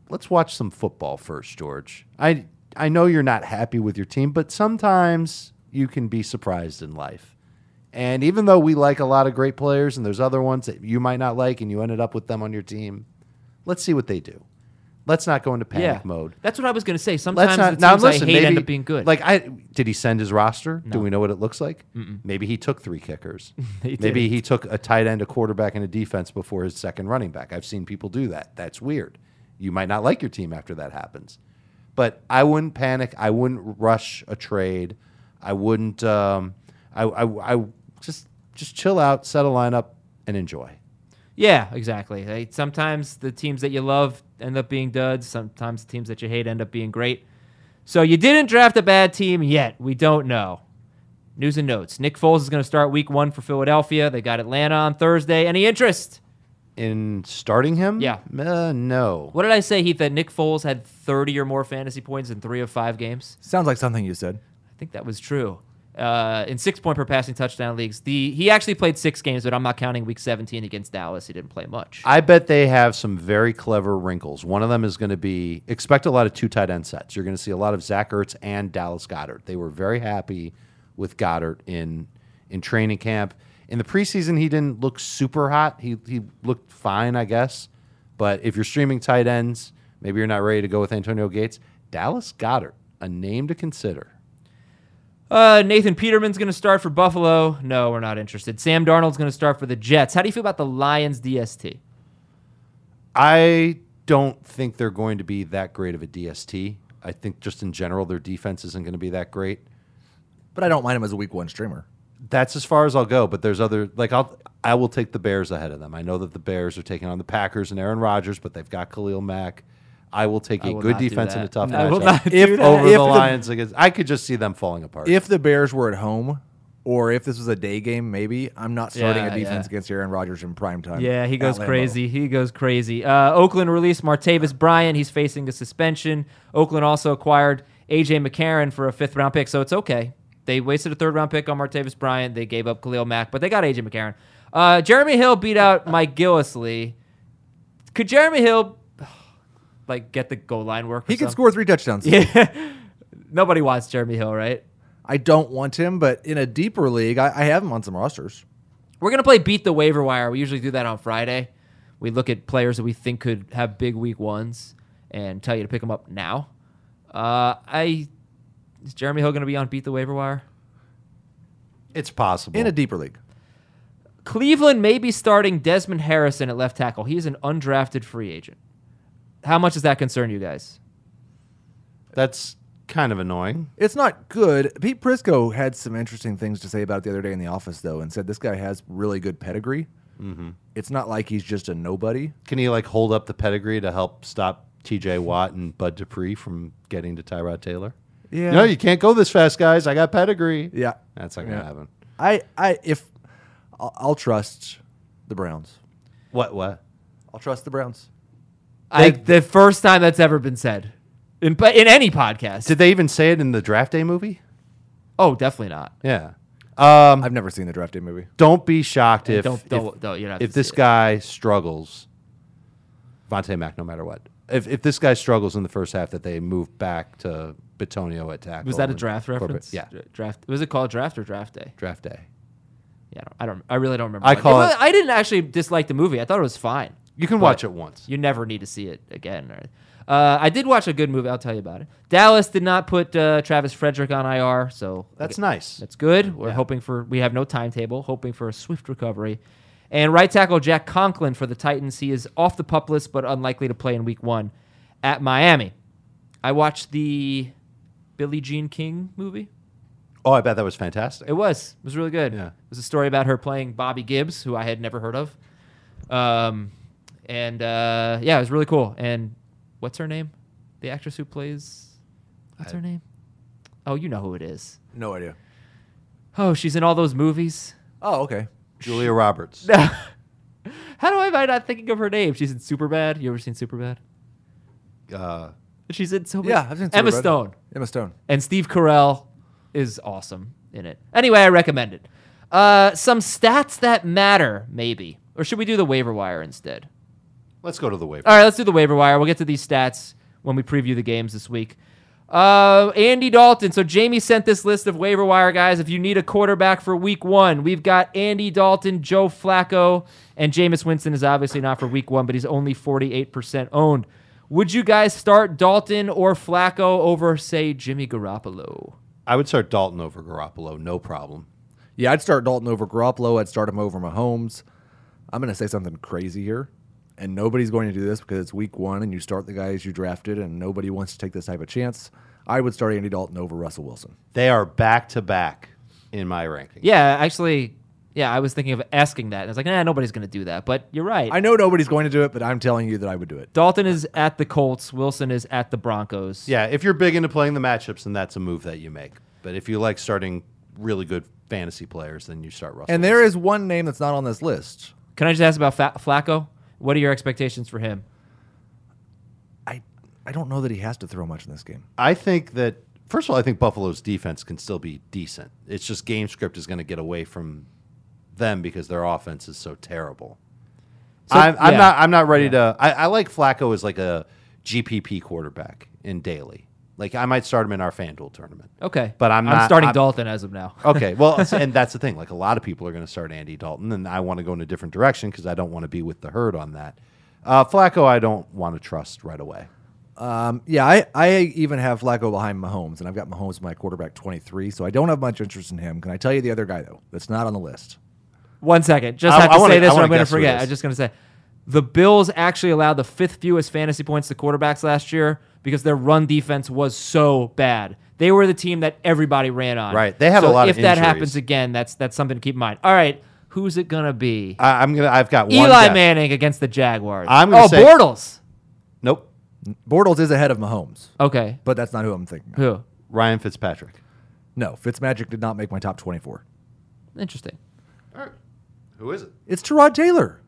let's watch some football first, George. I I know you're not happy with your team, but sometimes you can be surprised in life. And even though we like a lot of great players and there's other ones that you might not like and you ended up with them on your team, let's see what they do. Let's not go into panic yeah, mode. That's what I was gonna say. Sometimes Let's the not teams now. Listen, I hate maybe end up being good. Like I did he send his roster? Do we know what it looks like? Maybe he took three kickers. He maybe he took a tight end, a quarterback, and a defense before his second running back. I've seen people do that. That's weird. You might not like your team after that happens, but I wouldn't panic. I wouldn't rush a trade. I wouldn't. Um, I, I I just just chill out, set a lineup, and enjoy. Yeah, exactly. They, sometimes the teams that you love end up being duds. Sometimes the teams that you hate end up being great. So you didn't draft a bad team yet. We don't know. News and notes. Nick Foles is going to start week one for Philadelphia. They got Atlanta on Thursday. Any interest? In starting him, Yeah. uh, no. What did I say, Heath, that Nick Foles had 30 or more fantasy points in three of five games? Sounds like something you said. I think that was true. Uh, in six point per passing touchdown leagues. The he actually played six games, but I'm not counting week 17 against Dallas. He didn't play much. I bet they have some very clever wrinkles. One of them is going to be expect a lot of two tight end sets. You're going to see a lot of Zach Ertz and Dallas Goddard. They were very happy with Goddard in in training camp. In the preseason, he didn't look super hot. He he looked fine, I guess. But if you're streaming tight ends, maybe you're not ready to go with Antonio Gates. Dallas Goddard, a name to consider. Uh, Nathan Peterman's going to start for Buffalo. No, we're not interested. Sam Darnold's going to start for the Jets. How do you feel about the Lions DST? I don't think they're going to be that great of a DST. I think just in general, their defense isn't going to be that great. But I don't mind him as a week one streamer. that's as far as I'll go. But there's other like I'll I will take the Bears ahead of them. I know that the Bears are taking on the Packers and Aaron Rodgers, but they've got Khalil Mack. I will take I a will good not do defense and a that. tough I will matchup not do if that. over If the the- Lions against. I could just see them falling apart. If the Bears were at home, or if this was a day game, maybe I'm not starting Yeah, a defense yeah. against Aaron Rodgers in prime time. Yeah, he at goes Lambeau. crazy. He goes crazy. Uh, Oakland released Martavis Bryant. He's facing a suspension. Oakland also acquired AJ McCarron for a fifth round pick, so it's okay. They wasted a third round pick on Martavis Bryant. They gave up Khalil Mack, but they got AJ McCarron. Uh, Jeremy Hill beat out Mike Gillisley. Could Jeremy Hill like get the goal line work? or He could something? score three touchdowns. Yeah. Nobody wants Jeremy Hill, right? I don't want him, but in a deeper league, I, I have him on some rosters. We're going to play Beat the Waiver Wire. We usually do that on Friday. We look at players that we think could have big week ones and tell you to pick them up now. Uh, I Is Jeremy Hill going to be on Beat the Waiver Wire? it's possible. In a deeper league, Cleveland may be starting Desmond Harrison at left tackle. He is an undrafted free agent. How much does that concern you guys? that's kind of annoying. it's not good. Pete Prisco had some interesting things to say about it the other day in the office, though, and said this guy has really good pedigree. Mm-hmm. It's not like he's just a nobody. Can he like hold up the pedigree to help stop T.J. Watt and Bud Dupree from getting to Tyrod Taylor? Yeah. No, you can't go this fast, guys. I got pedigree. Yeah, That's not gonna Yeah. happen. I, I, if I'll, I'll trust the Browns, What? What? I'll trust the Browns. I, the first time that's ever been said in, but in any podcast. Did they even say it in the draft day movie? oh, definitely not. Yeah. Um, I've never seen the draft day movie. don't be shocked if don't- if- don't- don't- you don't have if to this see it. guy struggles, Vontae Mack, no matter what. If if this guy struggles in the first half, that they move back to Batonio at tackle. Was that a and draft Corbett- reference? Yeah, Dra- Draft. Was it called draft or draft day? draft day. Yeah, I don't. I, don't, I really don't remember. I much. call wa- it- I didn't actually dislike the movie. I thought it was fine. You can But watch it once. You never need to see it again. Or, uh, I did watch a good movie. I'll tell you about it. Dallas did not put uh, Travis Frederick on IR, so That's okay, nice. That's good. We're hoping for. We have no timetable. Hoping for a swift recovery. And right tackle Jack Conklin for the Titans. He is off the pup list, but unlikely to play in Week One at Miami. I watched the Billie Jean King movie. oh, I bet that was fantastic. It was. It was really good. Yeah. It was a story about her playing Bobby Gibbs, who I had never heard of. Um, and uh, yeah, it was really cool. And what's her name? The actress who plays. What's her name? Oh, you know who it is. No idea. Oh, she's in all those movies. Oh, okay. Julia Roberts. How do I am I not thinking of her name? She's in Superbad. You ever seen Superbad? Uh, She's in so many. Yeah, I've seen Emma Superbad. Stone. Emma Stone. and Steve Carell is awesome in it. Anyway, I recommend it. Uh, some stats that matter, maybe, or should we do the waiver wire instead? let's go to the waiver. All right, let's do the waiver wire. We'll get to these stats when we preview the games this week. Uh, Andy Dalton. So Jamie sent this list of waiver wire guys. If you need a quarterback for Week One, we've got Andy Dalton, Joe Flacco, and Jameis Winston is obviously not for Week One, but he's only forty-eight percent owned. Would you guys start Dalton or Flacco over, say, Jimmy Garoppolo? I would start Dalton over Garoppolo, no problem. Yeah, I'd start Dalton over Garoppolo. I'd start him over Mahomes. I'm going to say something crazy here, and nobody's going to do this because it's week one and you start the guys you drafted, and nobody wants to take this type of chance. I would start Andy Dalton over Russell Wilson. They are back to back in my ranking. Yeah, actually, yeah, I was thinking of asking that. And I was like, nah, nobody's going to do that. But you're right. I know nobody's going to do it, but I'm telling you that I would do it. Dalton is at the Colts. Wilson is at the Broncos. Yeah, if you're big into playing the matchups, then that's a move that you make. But if you like starting really good fantasy players, then you start Russell. And there is one name that's not on this list. Can I just ask about Fa- Flacco? What are your expectations for him? I I don't know that he has to throw much in this game. I think that first of all, I think Buffalo's defense can still be decent. It's just game script is going to get away from them because their offense is so terrible. So- I'm, I'm yeah. not. I'm not ready to. I, I like Flacco as like a GPP quarterback in daily. Like I might start him in our FanDuel tournament. Okay, But I'm I'm not- starting I'm- Dalton as of now. okay, well, s- and that's the thing. Like a lot of people are going to start Andy Dalton, and I want to go in a different direction because I don't want to be with the herd on that. Uh, Flacco, I don't want to trust right away. Um, yeah, I, I even have Flacco behind Mahomes, and I've got Mahomes my quarterback 23, so I don't have much interest in him. Can I tell you the other guy, though, that's not on the list? One second, just I- have I to wanna- say this, I or wanna I'm going to guess who it forget. is. I'm just going to say, the Bills actually allowed the fifth fewest fantasy points to quarterbacks last year because their run defense was so bad. They were the team that everybody ran on. Right, they had a So lot If of that injuries. happens again, that's that's something to keep in mind. All right, who's it going to be? I, I'm gonna. I've got Uh, one Eli guess. Manning against the Jaguars. I'm gonna oh say- Bortles. Nope. Bortles is ahead of Mahomes, Okay, but that's not who I'm thinking. of. who? Ryan Fitzpatrick. No, Fitzmagic did not make my top 24. Interesting. All right. Who is it? It's Terod Taylor.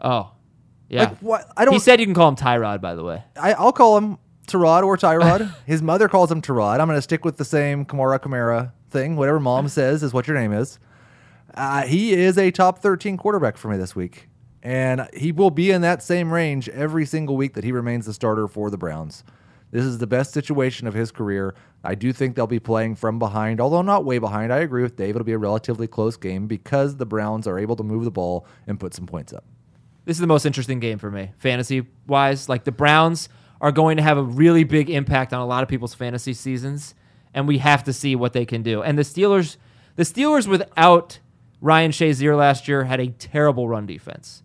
Oh, yeah. Like, what? I don't. He said you can call him Tyrod, by the way. I, I'll call him Terod or Tyrod. His mother calls him Terod. I'm going to stick with the same Kamara Kamara thing. Whatever mom says is what your name is. Uh, he is a top 13 quarterback for me this week. And he will be in that same range every single week that he remains the starter for the Browns. This is the best situation of his career. I do think they'll be playing from behind, although not way behind. I agree with Dave. It'll be a relatively close game because the Browns are able to move the ball and put some points up. This is the most interesting game for me, fantasy wise. Like the Browns are going to have a really big impact on a lot of people's fantasy seasons, and we have to see what they can do. And the Steelers, the Steelers without Ryan Shazier last year had a terrible run defense,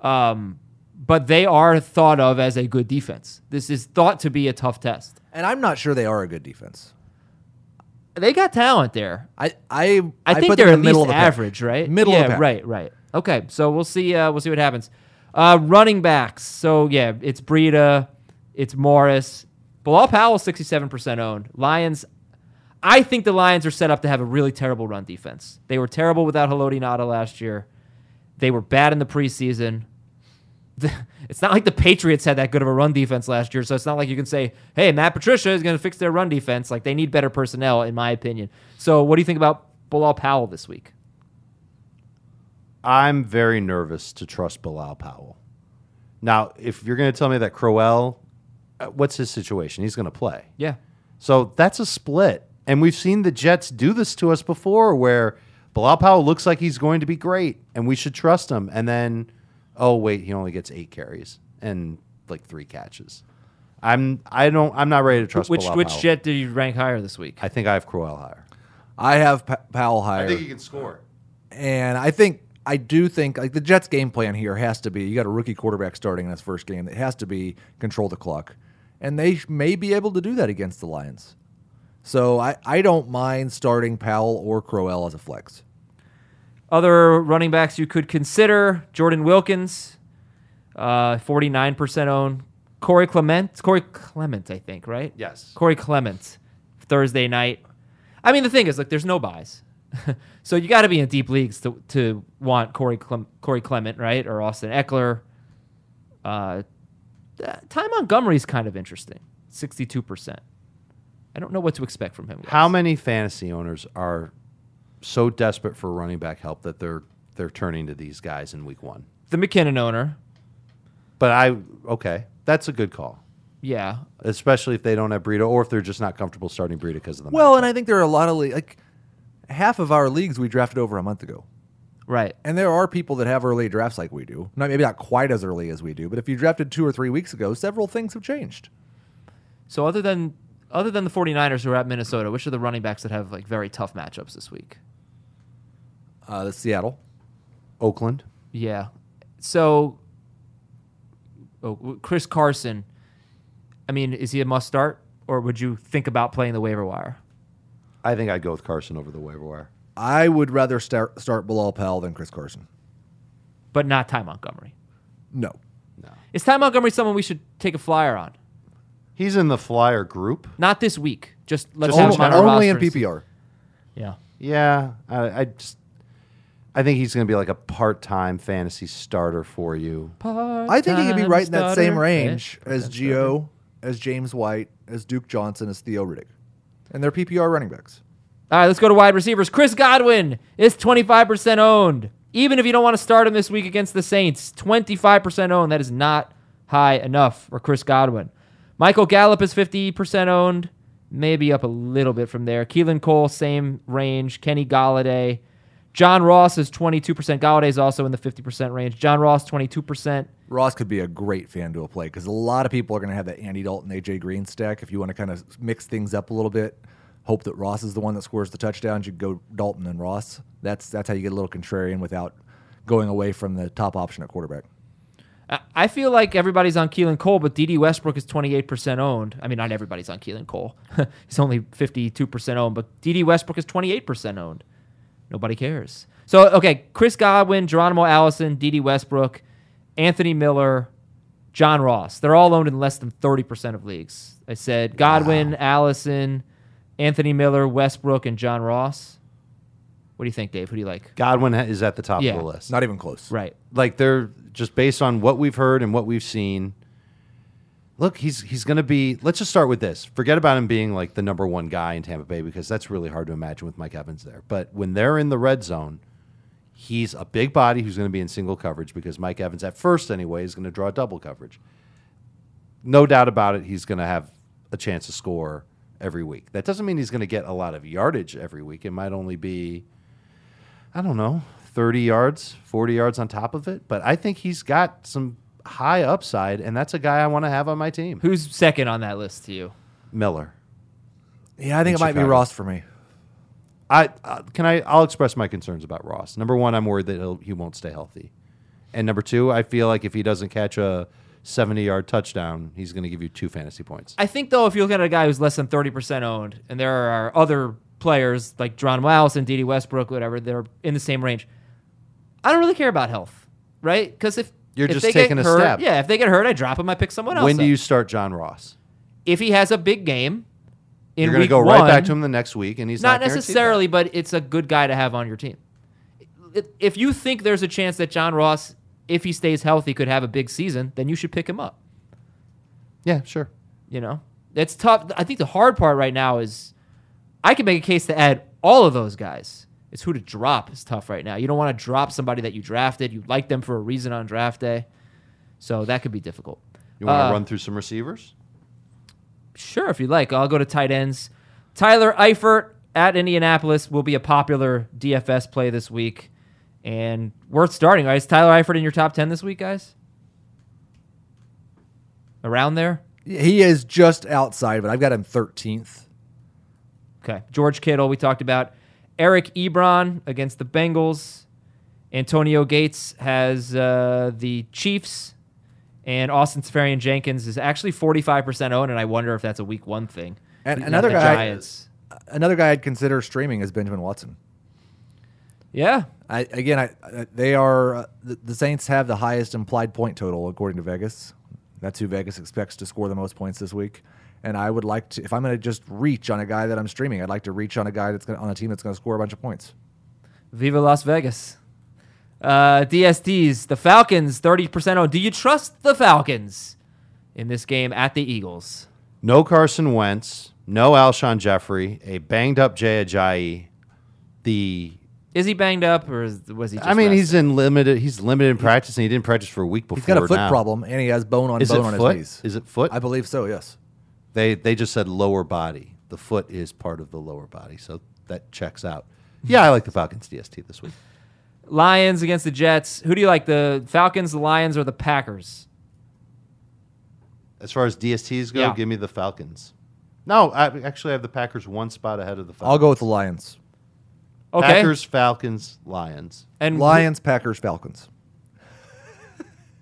um, but they are thought of as a good defense. This is thought to be a tough test. And I'm not sure they are a good defense. They got talent there. I I, I, think put they're them at in the middle of least the pack. average, right? Middle yeah, of the pack. right, right. Okay, so we'll see. Uh, we'll see what happens. Uh, running backs. So yeah, it's Breida, it's Morris. Bilal Powell, sixty-seven percent owned. Lions. I think the Lions are set up to have a really terrible run defense. They were terrible without Haloti Nada last year. They were bad in the preseason. It's not like the Patriots had that good of a run defense last year, so it's not like you can say, "Hey, Matt Patricia is going to fix their run defense." Like they need better personnel, in my opinion. So, what do you think about Bilal Powell this week? I'm very nervous to trust Bilal Powell. Now, if you're going to tell me that Crowell, uh, what's his situation? He's going to play. Yeah, So that's a split. And we've seen the Jets do this to us before where Bilal Powell looks like he's going to be great and we should trust him. And then, oh wait, he only gets eight carries and like three catches. I'm I don't I'm not ready to trust which Bilal which Powell. jet do you rank higher this week? I think I have Crowell higher. I have P- Powell higher, can score. and I think I do think like the Jets' game plan here has to be you got a rookie quarterback starting in his first game. It has to be control the clock, and they sh- may be able to do that against the Lions. So I I don't mind starting Powell or Crowell as a flex. Other running backs you could consider: Jordan Wilkins, uh, 49% own. Corey Clement. It's Corey Clement, I think, right? Yes. Corey Clement, Thursday night. I mean, the thing is, look, there's no buys. so you got to be in deep leagues to, to want Corey, Clem- Corey Clement, right? Or Austin Eckler. Uh, th- Ty Montgomery's kind of interesting, 62%. I don't know what to expect from him. guys. How many fantasy owners are so desperate for running back help that they're they're turning to these guys in week one? The McKinnon owner. But I okay, that's a good call, Yeah. especially if they don't have Breida or if they're just not comfortable starting Breida because of the Well, matchup. and I think there are a lot of le- like half of our leagues we drafted over a month ago. Right. And there are people that have early drafts like we do. Not maybe not quite as early as we do, but if you drafted 2 or 3 weeks ago, several things have changed. So other than other than the 49ers who are at Minnesota, which are the running backs that have like very tough matchups this week? Uh, the Seattle. Oakland. Yeah. So oh, w- Chris Carson, I mean, is he a must start or would you think about playing the waiver wire? I think I'd go with Carson over the waiver wire. I would rather start start Bilal Pell than Chris Carson. But not Ty Montgomery. No. Is Ty Montgomery someone we should take a flyer on? He's in the flyer group. Not this week. Just let's Just have in him on general. our only in roster and see- PPR. Yeah. Yeah, I, I just I think he's going to be like a part-time fantasy starter for you. I think he could be Part-time right in that same starter. range Yeah, as part-time Gio, as James White, as Duke Johnson, as Theo Riddick. And they're PPR running backs. All right, let's go to wide receivers. Chris Godwin is 25% owned. Even if you don't want to start him this week against the Saints, 25% owned. That is not high enough for Chris Godwin. Michael Gallup is 50% owned, maybe up a little bit from there. Keelan Cole, same range. Kenny Galladay. John Ross is 22%. Galladay is also in the 50% range. John Ross, 22%. Ross could be a great fan to a play because a lot of people are going to have that Andy Dalton, AJ Green stack. If you want to kind of mix things up a little bit, hope that Ross is the one that scores the touchdowns. You go Dalton and Ross. That's that's how you get a little contrarian without going away from the top option at quarterback. I- I feel like everybody's on Keelan Cole, but DD Westbrook is 28% owned. I mean, not everybody's on Keelan Cole. He's only 52% owned, but DD Westbrook is 28% owned. Nobody cares. So, okay, Chris Godwin, Geronimo Allison, DD Westbrook, Anthony Miller, John Ross. They're all owned in less than 30% of leagues. I said Godwin, Allison, Anthony Miller, Westbrook, and John Ross. What do you think, Dave? Who do you like? Godwin ha- is at the top Yeah. of the list. Not even close. Right. like they're just based on what we've heard and what we've seen. Look, he's he's going to be. Let's just start with this. Forget about him being like the number one guy in Tampa Bay because that's really hard to imagine with Mike Evans there. But when they're in the red zone, he's a big body who's going to be in single coverage because Mike Evans, at first anyway, is going to draw double coverage. No doubt about it, he's going to have a chance to score every week. That doesn't mean he's going to get a lot of yardage every week. It might only be I don't know, 30 yards, 40 yards on top of it. But I think he's got some high upside, and that's a guy I want to have on my team. Who's second on that list to you? Miller. Yeah, I think In it might be Chicago. Ross for me. I uh, can I. I'll express my concerns about Ross. Number one, I'm worried that he'll, he won't stay healthy, and number two, I feel like if he doesn't catch a 70 yard touchdown, he's going to give you two fantasy points. I think though, if you look at a guy who's less than thirty percent owned, and there are other players like John Miles and D.D. Westbrook, whatever, they're in the same range. I don't really care about health, right? Because if You're if just they taking get a hurt, step. yeah, if they get hurt, I drop him. I pick someone else. When do up. you start John Ross? If he has a big game, in You're going to week go right back one, to him the next week, and he's not not, necessarily, but it's a good guy to have on your team. If- If you think there's a chance that John Ross, if he stays healthy, could have a big season, then you should pick him up. Yeah, sure. You know, that's tough. I think the hard part right now is I can make a case to add all of those guys. It's who to drop is tough right now. You don't want to drop somebody that you drafted. You like them for a reason on draft day, so that could be difficult. You want to Uh, run through some receivers? Sure, if you like, I'll go to tight ends. Tyler Eifert at Indianapolis will be a popular DFS play this week, and worth starting. Right? Is Tyler Eifert in your top ten this week, guys? Around there. He is just outside, but I've got him 13th. Okay. George Kittle, we talked about. Eric Ebron against the Bengals. Antonio Gates has uh, the Chiefs. And Austin Safarian Jenkins is actually 45% owned, and I wonder if that's a week one thing. And Not another the guy- Giants. Another guy I'd consider streaming is Benjamin Watson. Yeah. I, again, I, I, they are uh, the, the Saints have the highest implied point total according to Vegas. That's who Vegas expects to score the most points this week. And I would like to, if I'm going to just reach on a guy that I'm streaming, I'd like to reach on a guy that's gonna, on a team that's going to score a bunch of points. Viva Las Vegas. Uh, DSTs, the Falcons, 30% owned. Do you trust the Falcons in this game at the Eagles? No Carson Wentz, no Alshon Jeffrey, a banged up Jay Ajayi. The Is he banged up or is, was he just I mean, rested? he's in limited. He's limited in practice, and he didn't practice for a week before. He's got a foot now. problem, and he has bone on Is bone it on foot? his knees. Is it foot? I believe so. Yes. They they just said lower body. The foot is part of the lower body, so that checks out. Yeah, I like the Falcons DST this week. Lions against the Jets. Who do you like? The Falcons, the Lions, or the Packers? As far as DSTs go, Yeah. give me the Falcons. No, I actually have the Packers one spot ahead of the Falcons. I'll go with the Lions. Okay. Packers, Falcons, Lions. and Lions, Packers, Falcons.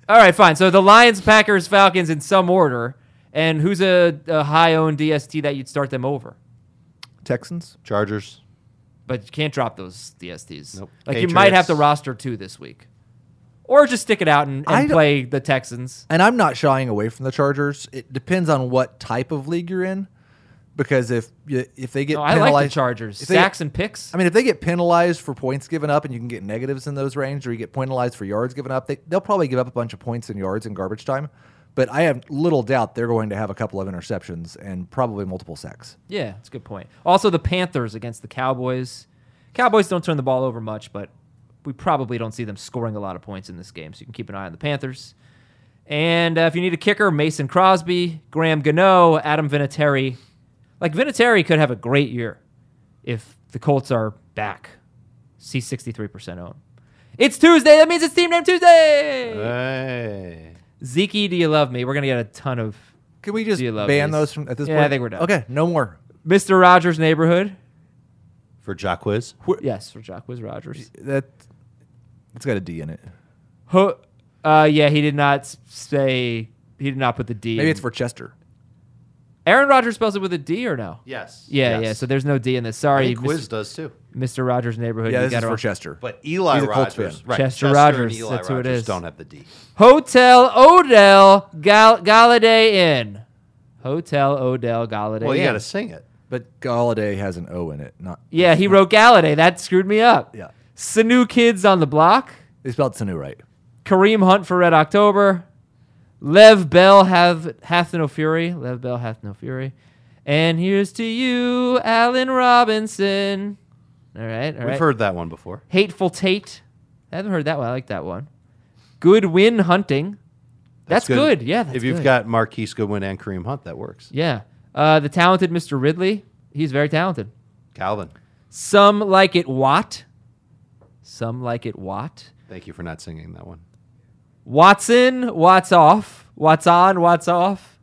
All right, fine. So the Lions, Packers, Falcons in some order. And who's a, a high owned DST that you'd start them over? Texans. Chargers. But you can't drop those DSTs. Nope. Like you might have Patriots. to roster two this week, or just stick it out and, I and don't- play the Texans. And I'm not shying away from the Chargers. It depends on what type of league you're in, because if you, if they get No, I penalized, like the Chargers. if they- Sacks and picks. I mean, if they get penalized for points given up, and you can get negatives in those range, or you get penalized for yards given up, they, they'll probably give up a bunch of points and yards in garbage time. But I have little doubt they're going to have a couple of interceptions and probably multiple sacks. yeah, that's a good point. Also, the Panthers against the Cowboys. Cowboys don't turn the ball over much, but we probably don't see them scoring a lot of points in this game. So you can keep an eye on the Panthers. And uh, if you need a kicker, Mason Crosby, Graham Gano, Adam Vinatieri. Like Vinatieri could have a great year if the Colts are back. C sixty three percent own. It's Tuesday. That means it's Team Name Tuesday. Hey. Zeke, do you love me? We're gonna get a ton of Can we just Do you love ban these? those from at this Yeah, point? I think we're done. Okay, no more. Mr. Rogers' neighborhood. For Jacquez. Yes, for Jacquez Rogers. That it's got a D in it. Ho- uh, yeah, he did not s- say he did not put the D. Maybe in. it's for Chester. Aaron Rodgers spells it with a D or no? Yes. Yeah, Yes. yeah. So there's no D in this. I Sorry, think Quiz Mr. does too. Mr. Rogers' neighborhood. Yeah, you this is got it for wrong. Chester. But Eli He's a Colts Rodgers, fan. right? Chester and Rodgers, Eli that's who it Rodgers is. Don't have the D. Hotel Odell Gal- Galladay Inn. Hotel Odell Galladay. Well, you Inn. got to sing it. But Galladay has an O in it. Not Yeah, he wrote Galladay. That screwed me up. Yeah. Sanu Kids on the Block. They spelled Sanu right. Kareem Hunt for Red October. Lev Bell have hath no fury. Lev Bell hath no fury. And here's to you, Allen Robinson. All right, all We've right. heard that one before. Hateful Tate. I haven't heard that one. I like that one. Good win hunting. That's, good. Yeah, that's if you've good. got Marquise Goodwin and Kareem Hunt, that works. yeah, uh, the talented Mr. Ridley. He's very talented. Calvin, Some like it Watt. Some like it Watt. thank you for not singing that one. Watson, Watts off. Watts on, Watts off.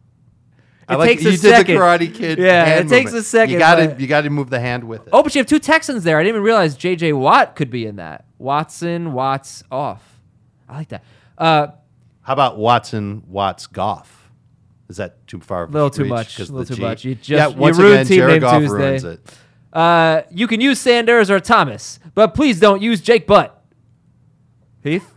It I like takes you a did second. the Karate Kid. Yeah, hand it takes movement. a second, You got but- to you got to move the hand with it. Oh, but you have two Texans there. I didn't even realize J.J. Watt could be in that. Watson, Watts off. I like that. Uh, How about Watson Watts Goff? Is that too far? of A little too reach? much, 'Cause a little the too G- much. You just- yeah, you once ruined again, Team Jared Name Goff Tuesday. ruins it. uh, you can use Sanders or Thomas, but please don't use Jake Butt. Heath?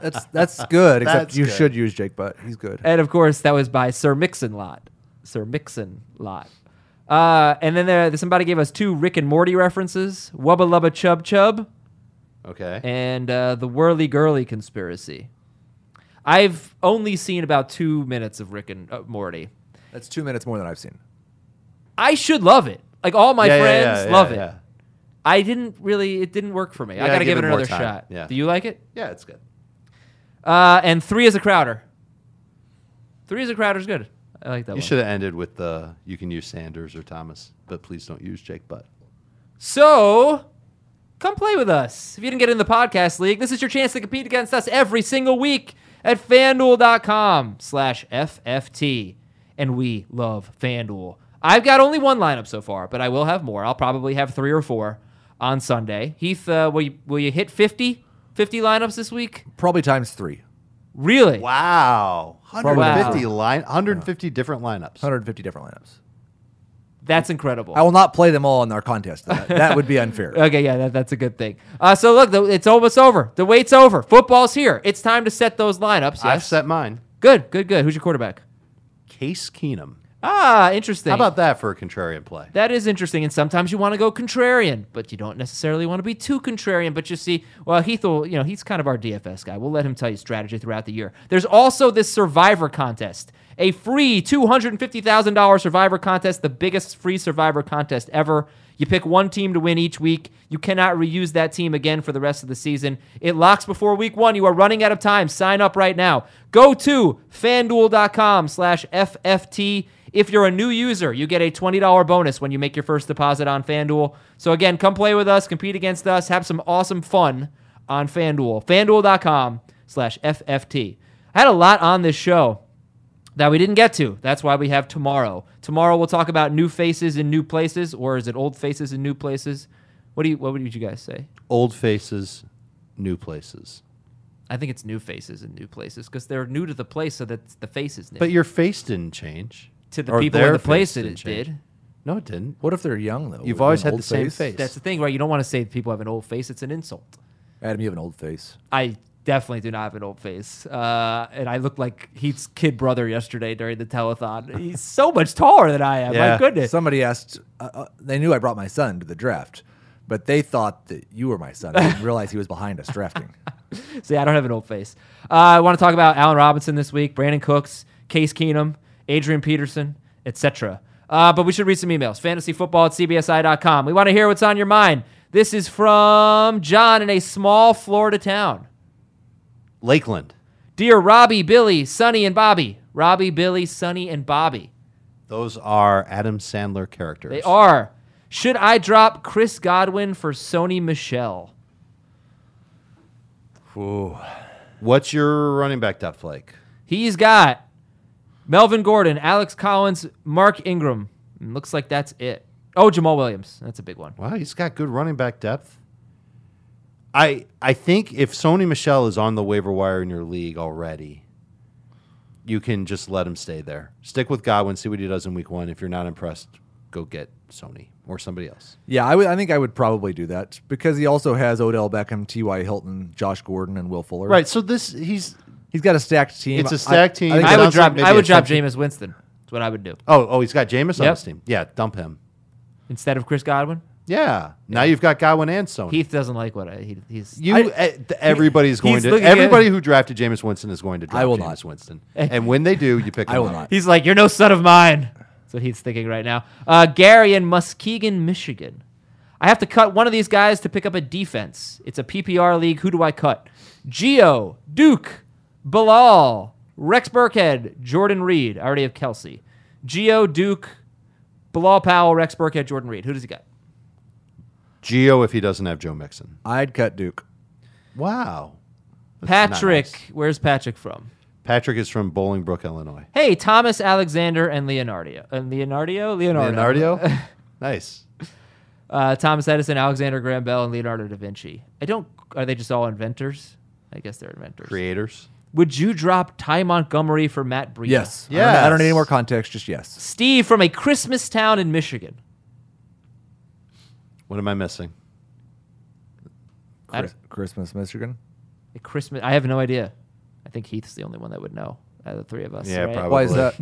That's that's good. Except That's you good. should use Jake Butt. He's good. And of course, that was by Sir Mixon Lot. Sir Mixon Lot. Uh, and then there, somebody gave us two Rick and Morty references Wubba Lubba Chub Chub. Okay. and uh, the Whirly Girly conspiracy. I've only seen about two minutes of Rick and uh, Morty. That's two minutes more than I've seen. I should love it. Like all my Yeah, yeah, friends yeah, love yeah, it. yeah. I didn't really. It didn't work for me. I Yeah, gotta give give, it it more another time. shot. Yeah. Do you like it? Yeah, it's good. Uh, and three is a Crowder. Three is a Crowder's good. I like that You one. should have ended with the you can use Sanders or Thomas, but please don't use Jake Butt. So come play with us. If you didn't get in the podcast league, this is your chance to compete against us every single week at fanduel.com slash FFT. And we love FanDuel. I've got only one lineup so far, but I will have more. I'll probably have three or four on Sunday. Heath, uh, will, you, will you hit 50? 50 lineups this week? Probably times three. Really? Wow. 150 Wow. line 150 different lineups. 150 different lineups. That's incredible. I will not play them all in our contest. That, that would be unfair. Okay, yeah, that, that's a good thing. Uh, so look, the, it's almost over. The wait's over. Football's here. It's time to set those lineups. I've Yes. set mine. good, good, good. Who's your quarterback? Case Keenum. Ah, interesting. How about that for a contrarian play? That is interesting, and sometimes you want to go contrarian, but you don't necessarily want to be too contrarian. But you see, well, Heath will, you know, he's kind of our DFS guy. We'll let him tell you strategy throughout the year. There's also this Survivor contest, a free $250,000 Survivor contest, the biggest free Survivor contest ever. You pick one team to win each week. You cannot reuse that team again for the rest of the season. It locks before week one. You are running out of time. Sign up right now. Go to fanduel.com slash FFT. If you're a new user, you get a $20 bonus when you make your first deposit on FanDuel. So again, come play with us, compete against us, have some awesome fun on FanDuel. FanDuel.com slash FFT. I had a lot on this show that we didn't get to. That's why we have tomorrow. Tomorrow we'll talk about new faces in new places, or is it old faces in new places? What do you what would you guys say? Old faces, new places. I think it's new faces in new places because they're new to the place, so that the face is new. But your face didn't change. to the Or people their in the place, face it didn't change. did. No, it didn't. What if they're young though? You've Would it always be an had old the same face. That's the thing, right? You don't want to say people have an old face. It's an insult. Adam, you have an old face. I definitely do not have an old face. Uh, and I look like Heath's kid brother yesterday during the telethon. He's so much taller than I am. My Yeah. goodness. Somebody asked. Uh, uh, they knew I brought my son to the draft, but they thought that you were my son. They didn't realize he was behind us drafting. See, I don't have an old face. Uh, I want to talk about Allen Robinson this week, Brandon Cooks, Case Keenum, Adrian Peterson, etc. Uh, but we should read some emails. Fantasyfootball at CBSI.com. We want to hear what's on your mind. This is from John in a small Florida town. Lakeland. Dear Robbie, Billy, Sonny, and Bobby. Robbie, Billy, Sonny, and Bobby. Those are Adam Sandler characters. They are. Should I drop Chris Godwin for Sony Michelle? What's your running back depth like? He's got Melvin Gordon, Alex Collins, Mark Ingram. Looks like that's it. Oh, Jamal Williams. That's a big one. Wow, he's got good running back depth. I I think if Sony Michelle is on the waiver wire in your league already, you can just let him stay there. Stick with Godwin, see what he does in week one. If you're not impressed, go get Sony or somebody else. yeah, I would. I think I would probably do that because he also has Odell Beckham, T.Y. Hilton, Josh Gordon, and Will Fuller. Right. So this he's He's got a stacked team. It's a I- stacked I team. think It I would sounds like drop. maybe I would a drop something- Jameis Winston. That's what I would do oh oh he's got Jameis on Yep. his team. Yeah, dump him. instead of Chris Godwin. Yeah. Now you've got Godwin and Sony. Heath doesn't like what I. He, he's. You, I- eh, th- everybody's going he's to. looking at- Everybody who drafted Jameis Winston is going to draft I will Jameis not. Winston. And when they do, you pick. I him will up. not. He's like, you're no son of mine. That's what he's thinking right now. Uh, Gary in Muskegon, Michigan. I have to cut one of these guys to pick up a defense. It's a PPR league. Who do I cut? Geo, Duke, Bilal, Rex Burkhead, Jordan Reed. I already have Kelsey. Geo, Duke, Bilal Powell, Rex Burkhead, Jordan Reed. Who does he got? Geo if he doesn't have Joe Mixon. I'd cut Duke. Wow. not Patrick. Where's Patrick from? Patrick is from Bolingbrook, Illinois. Hey, Thomas Alexander and Leonardo. And Leonardo? Leonardo. Leonardo. nice. uh, Thomas Edison, Alexander Graham Bell, and Leonardo da Vinci. I don't. Are they just all inventors? I guess they're inventors. Creators. Would you drop Ty Montgomery for Matt Breida? Yes. I don't- I don't need any Yes. more context. Just yes. Steve from a Christmas town in Michigan. What am I missing? I Chris- Christmas, Michigan. A Christmas. I have no idea. I think Heath's the only one that would know out of the three of us. Yeah, right? probably. Why is that?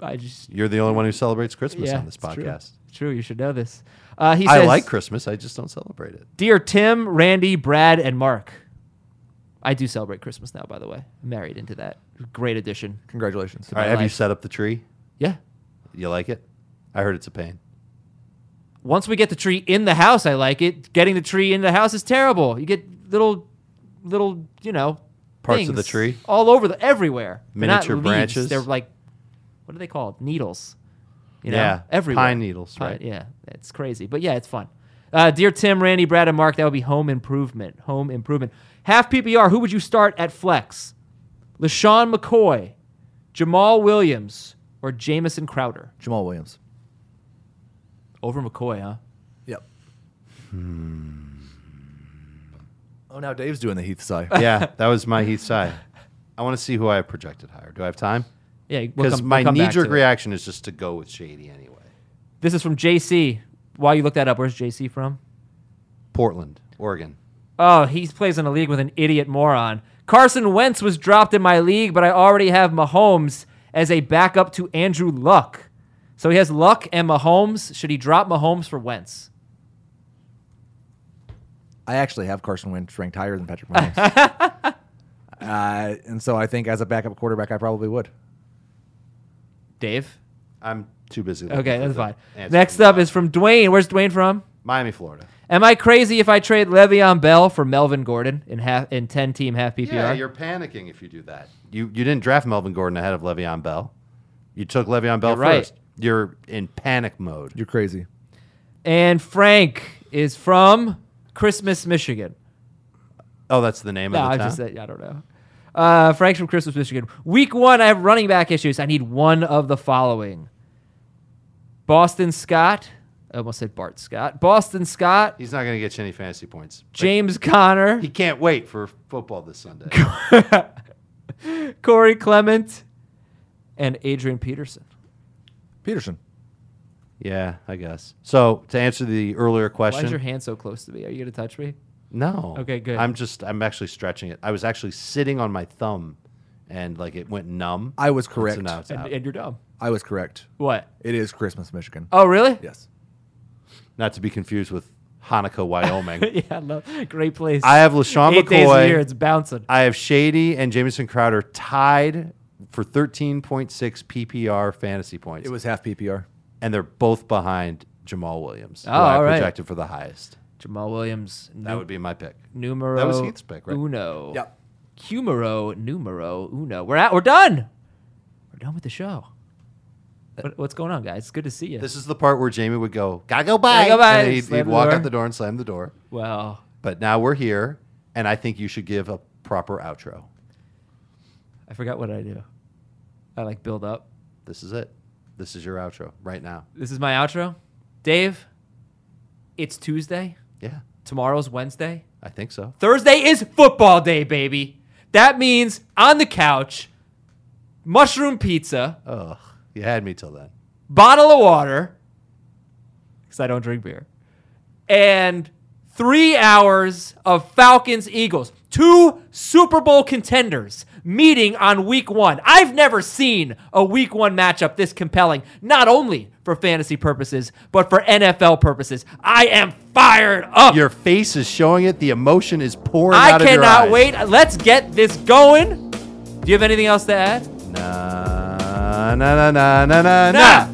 I just. You're the only one who celebrates Christmas yeah, on this it's true. podcast. True. you should know this. Uh, he I says, like Christmas. I just don't celebrate it. "Dear Tim, Randy, Brad, and Mark, I do celebrate Christmas now. By the way, I'm married into that. Great addition. Congratulations. All right. Have you life. set up the tree? Yeah, You like it? I heard it's a pain. once we get the tree in the house, I like it. Getting the tree in the house is terrible. You get little, little, you know, Parts of the things tree? all over the everywhere. They're not Miniature leaves. branches? They're like, what are they called? Needles. You know, Yeah, everywhere. pine needles, right? Yeah, it's crazy, but yeah, it's fun. Uh, dear Tim, Randy, Brad, and Mark, that would be home improvement. Home improvement. Half PPR. Who would you start at flex? LaShawn McCoy, Jamal Williams, or Jamison Crowder? Jamal Williams. Over McCoy, huh? Yep. Hmm. Oh, now Dave's doing the Heath sigh. Yeah, that was my Heath side. I want to see who I have projected higher. Do I have time? Yeah, we'll Because come- we'll my come back knee jerk to it. reaction is just to go with Shady anyway. This is from JC. While you look that up, where's JC from? Portland, Oregon. Oh, he plays in a league with an idiot moron. Carson Wentz was dropped in my league, but I already have Mahomes as a backup to Andrew Luck. So he has Luck and Mahomes. Should he drop Mahomes for Wentz? I actually have Carson Wentz ranked higher than Patrick Mahomes. uh, and so I think as a backup quarterback, I probably would. Dave? I'm too busy. looking Okay, for that's the fine. answer. Next up is from Dwayne. Where's Dwayne from? Miami, Florida. Am I crazy if I trade Le'Veon Bell for Melvin Gordon in half in ten team half PPR? Yeah, you're panicking if you do that. You you didn't draft Melvin Gordon ahead of Le'Veon Bell. You took Le'Veon Bell You're right. first. You're in panic mode. You're crazy. and Frank is from Christmas, Michigan. Oh, that's the name No, of the I town. just said I don't know. Uh, Frank's from Christmas, Michigan. Week one, I have running back issues. I need one of the following: Boston Scott. I almost said Bart Scott. Boston Scott. He's not going to get you any fantasy points. James Connor. He can't wait for football this Sunday. Corey Clement. And Adrian Peterson. Peterson. yeah, I guess. So to answer the earlier Why is your question, hand so close to me? Are you gonna touch me? no. Okay, good. I'm just I'm actually stretching it. I was actually sitting on my thumb, and like it went numb. I was correct. So now it's And, out. and you're dumb. I was correct. What? It is Christmas, Michigan. Oh, really? Yes. Not to be confused with Hanukkah, Wyoming. yeah, I love, great place. I have LaShawn Eight days a McCoy. year, it's bouncing. I have Shady and Jamison Crowder tied for 13.6 PPR fantasy points, It was half PPR. and they're both behind Jamal Williams, who Oh, I all right. projected for the highest. Jamal Williams, That nu- would be my pick. numero that was Heath's pick, right? uno. Yep. Humero numero uno. We're at. We're done. We're done with the show. What, what's going on, guys? It's good to see you. This is the part where Jamie would go, "Gotta go bye," go bye, and then he'd, slam he'd the walk door. out the door and slam the door. well, But now we're here, and I think you should give a proper outro. I forgot what I do. I like build up. This is it. This is your outro right now. This is my outro. Dave, it's Tuesday. Yeah, Tomorrow's Wednesday. I think so. Thursday is football day, baby. That means on the couch, mushroom pizza, Ugh, you had me till then. bottle of water, because I don't drink beer, and three hours of Falcons Eagles, two Super Bowl contenders meeting on week one. I've never seen a week one matchup this compelling, not only for fantasy purposes, but for NFL purposes. I am fired up. Your face is showing it. The emotion is pouring I out of your cannot eyes. wait. Let's get this going. Do you have anything else to add? Na na na na na na na. Nah.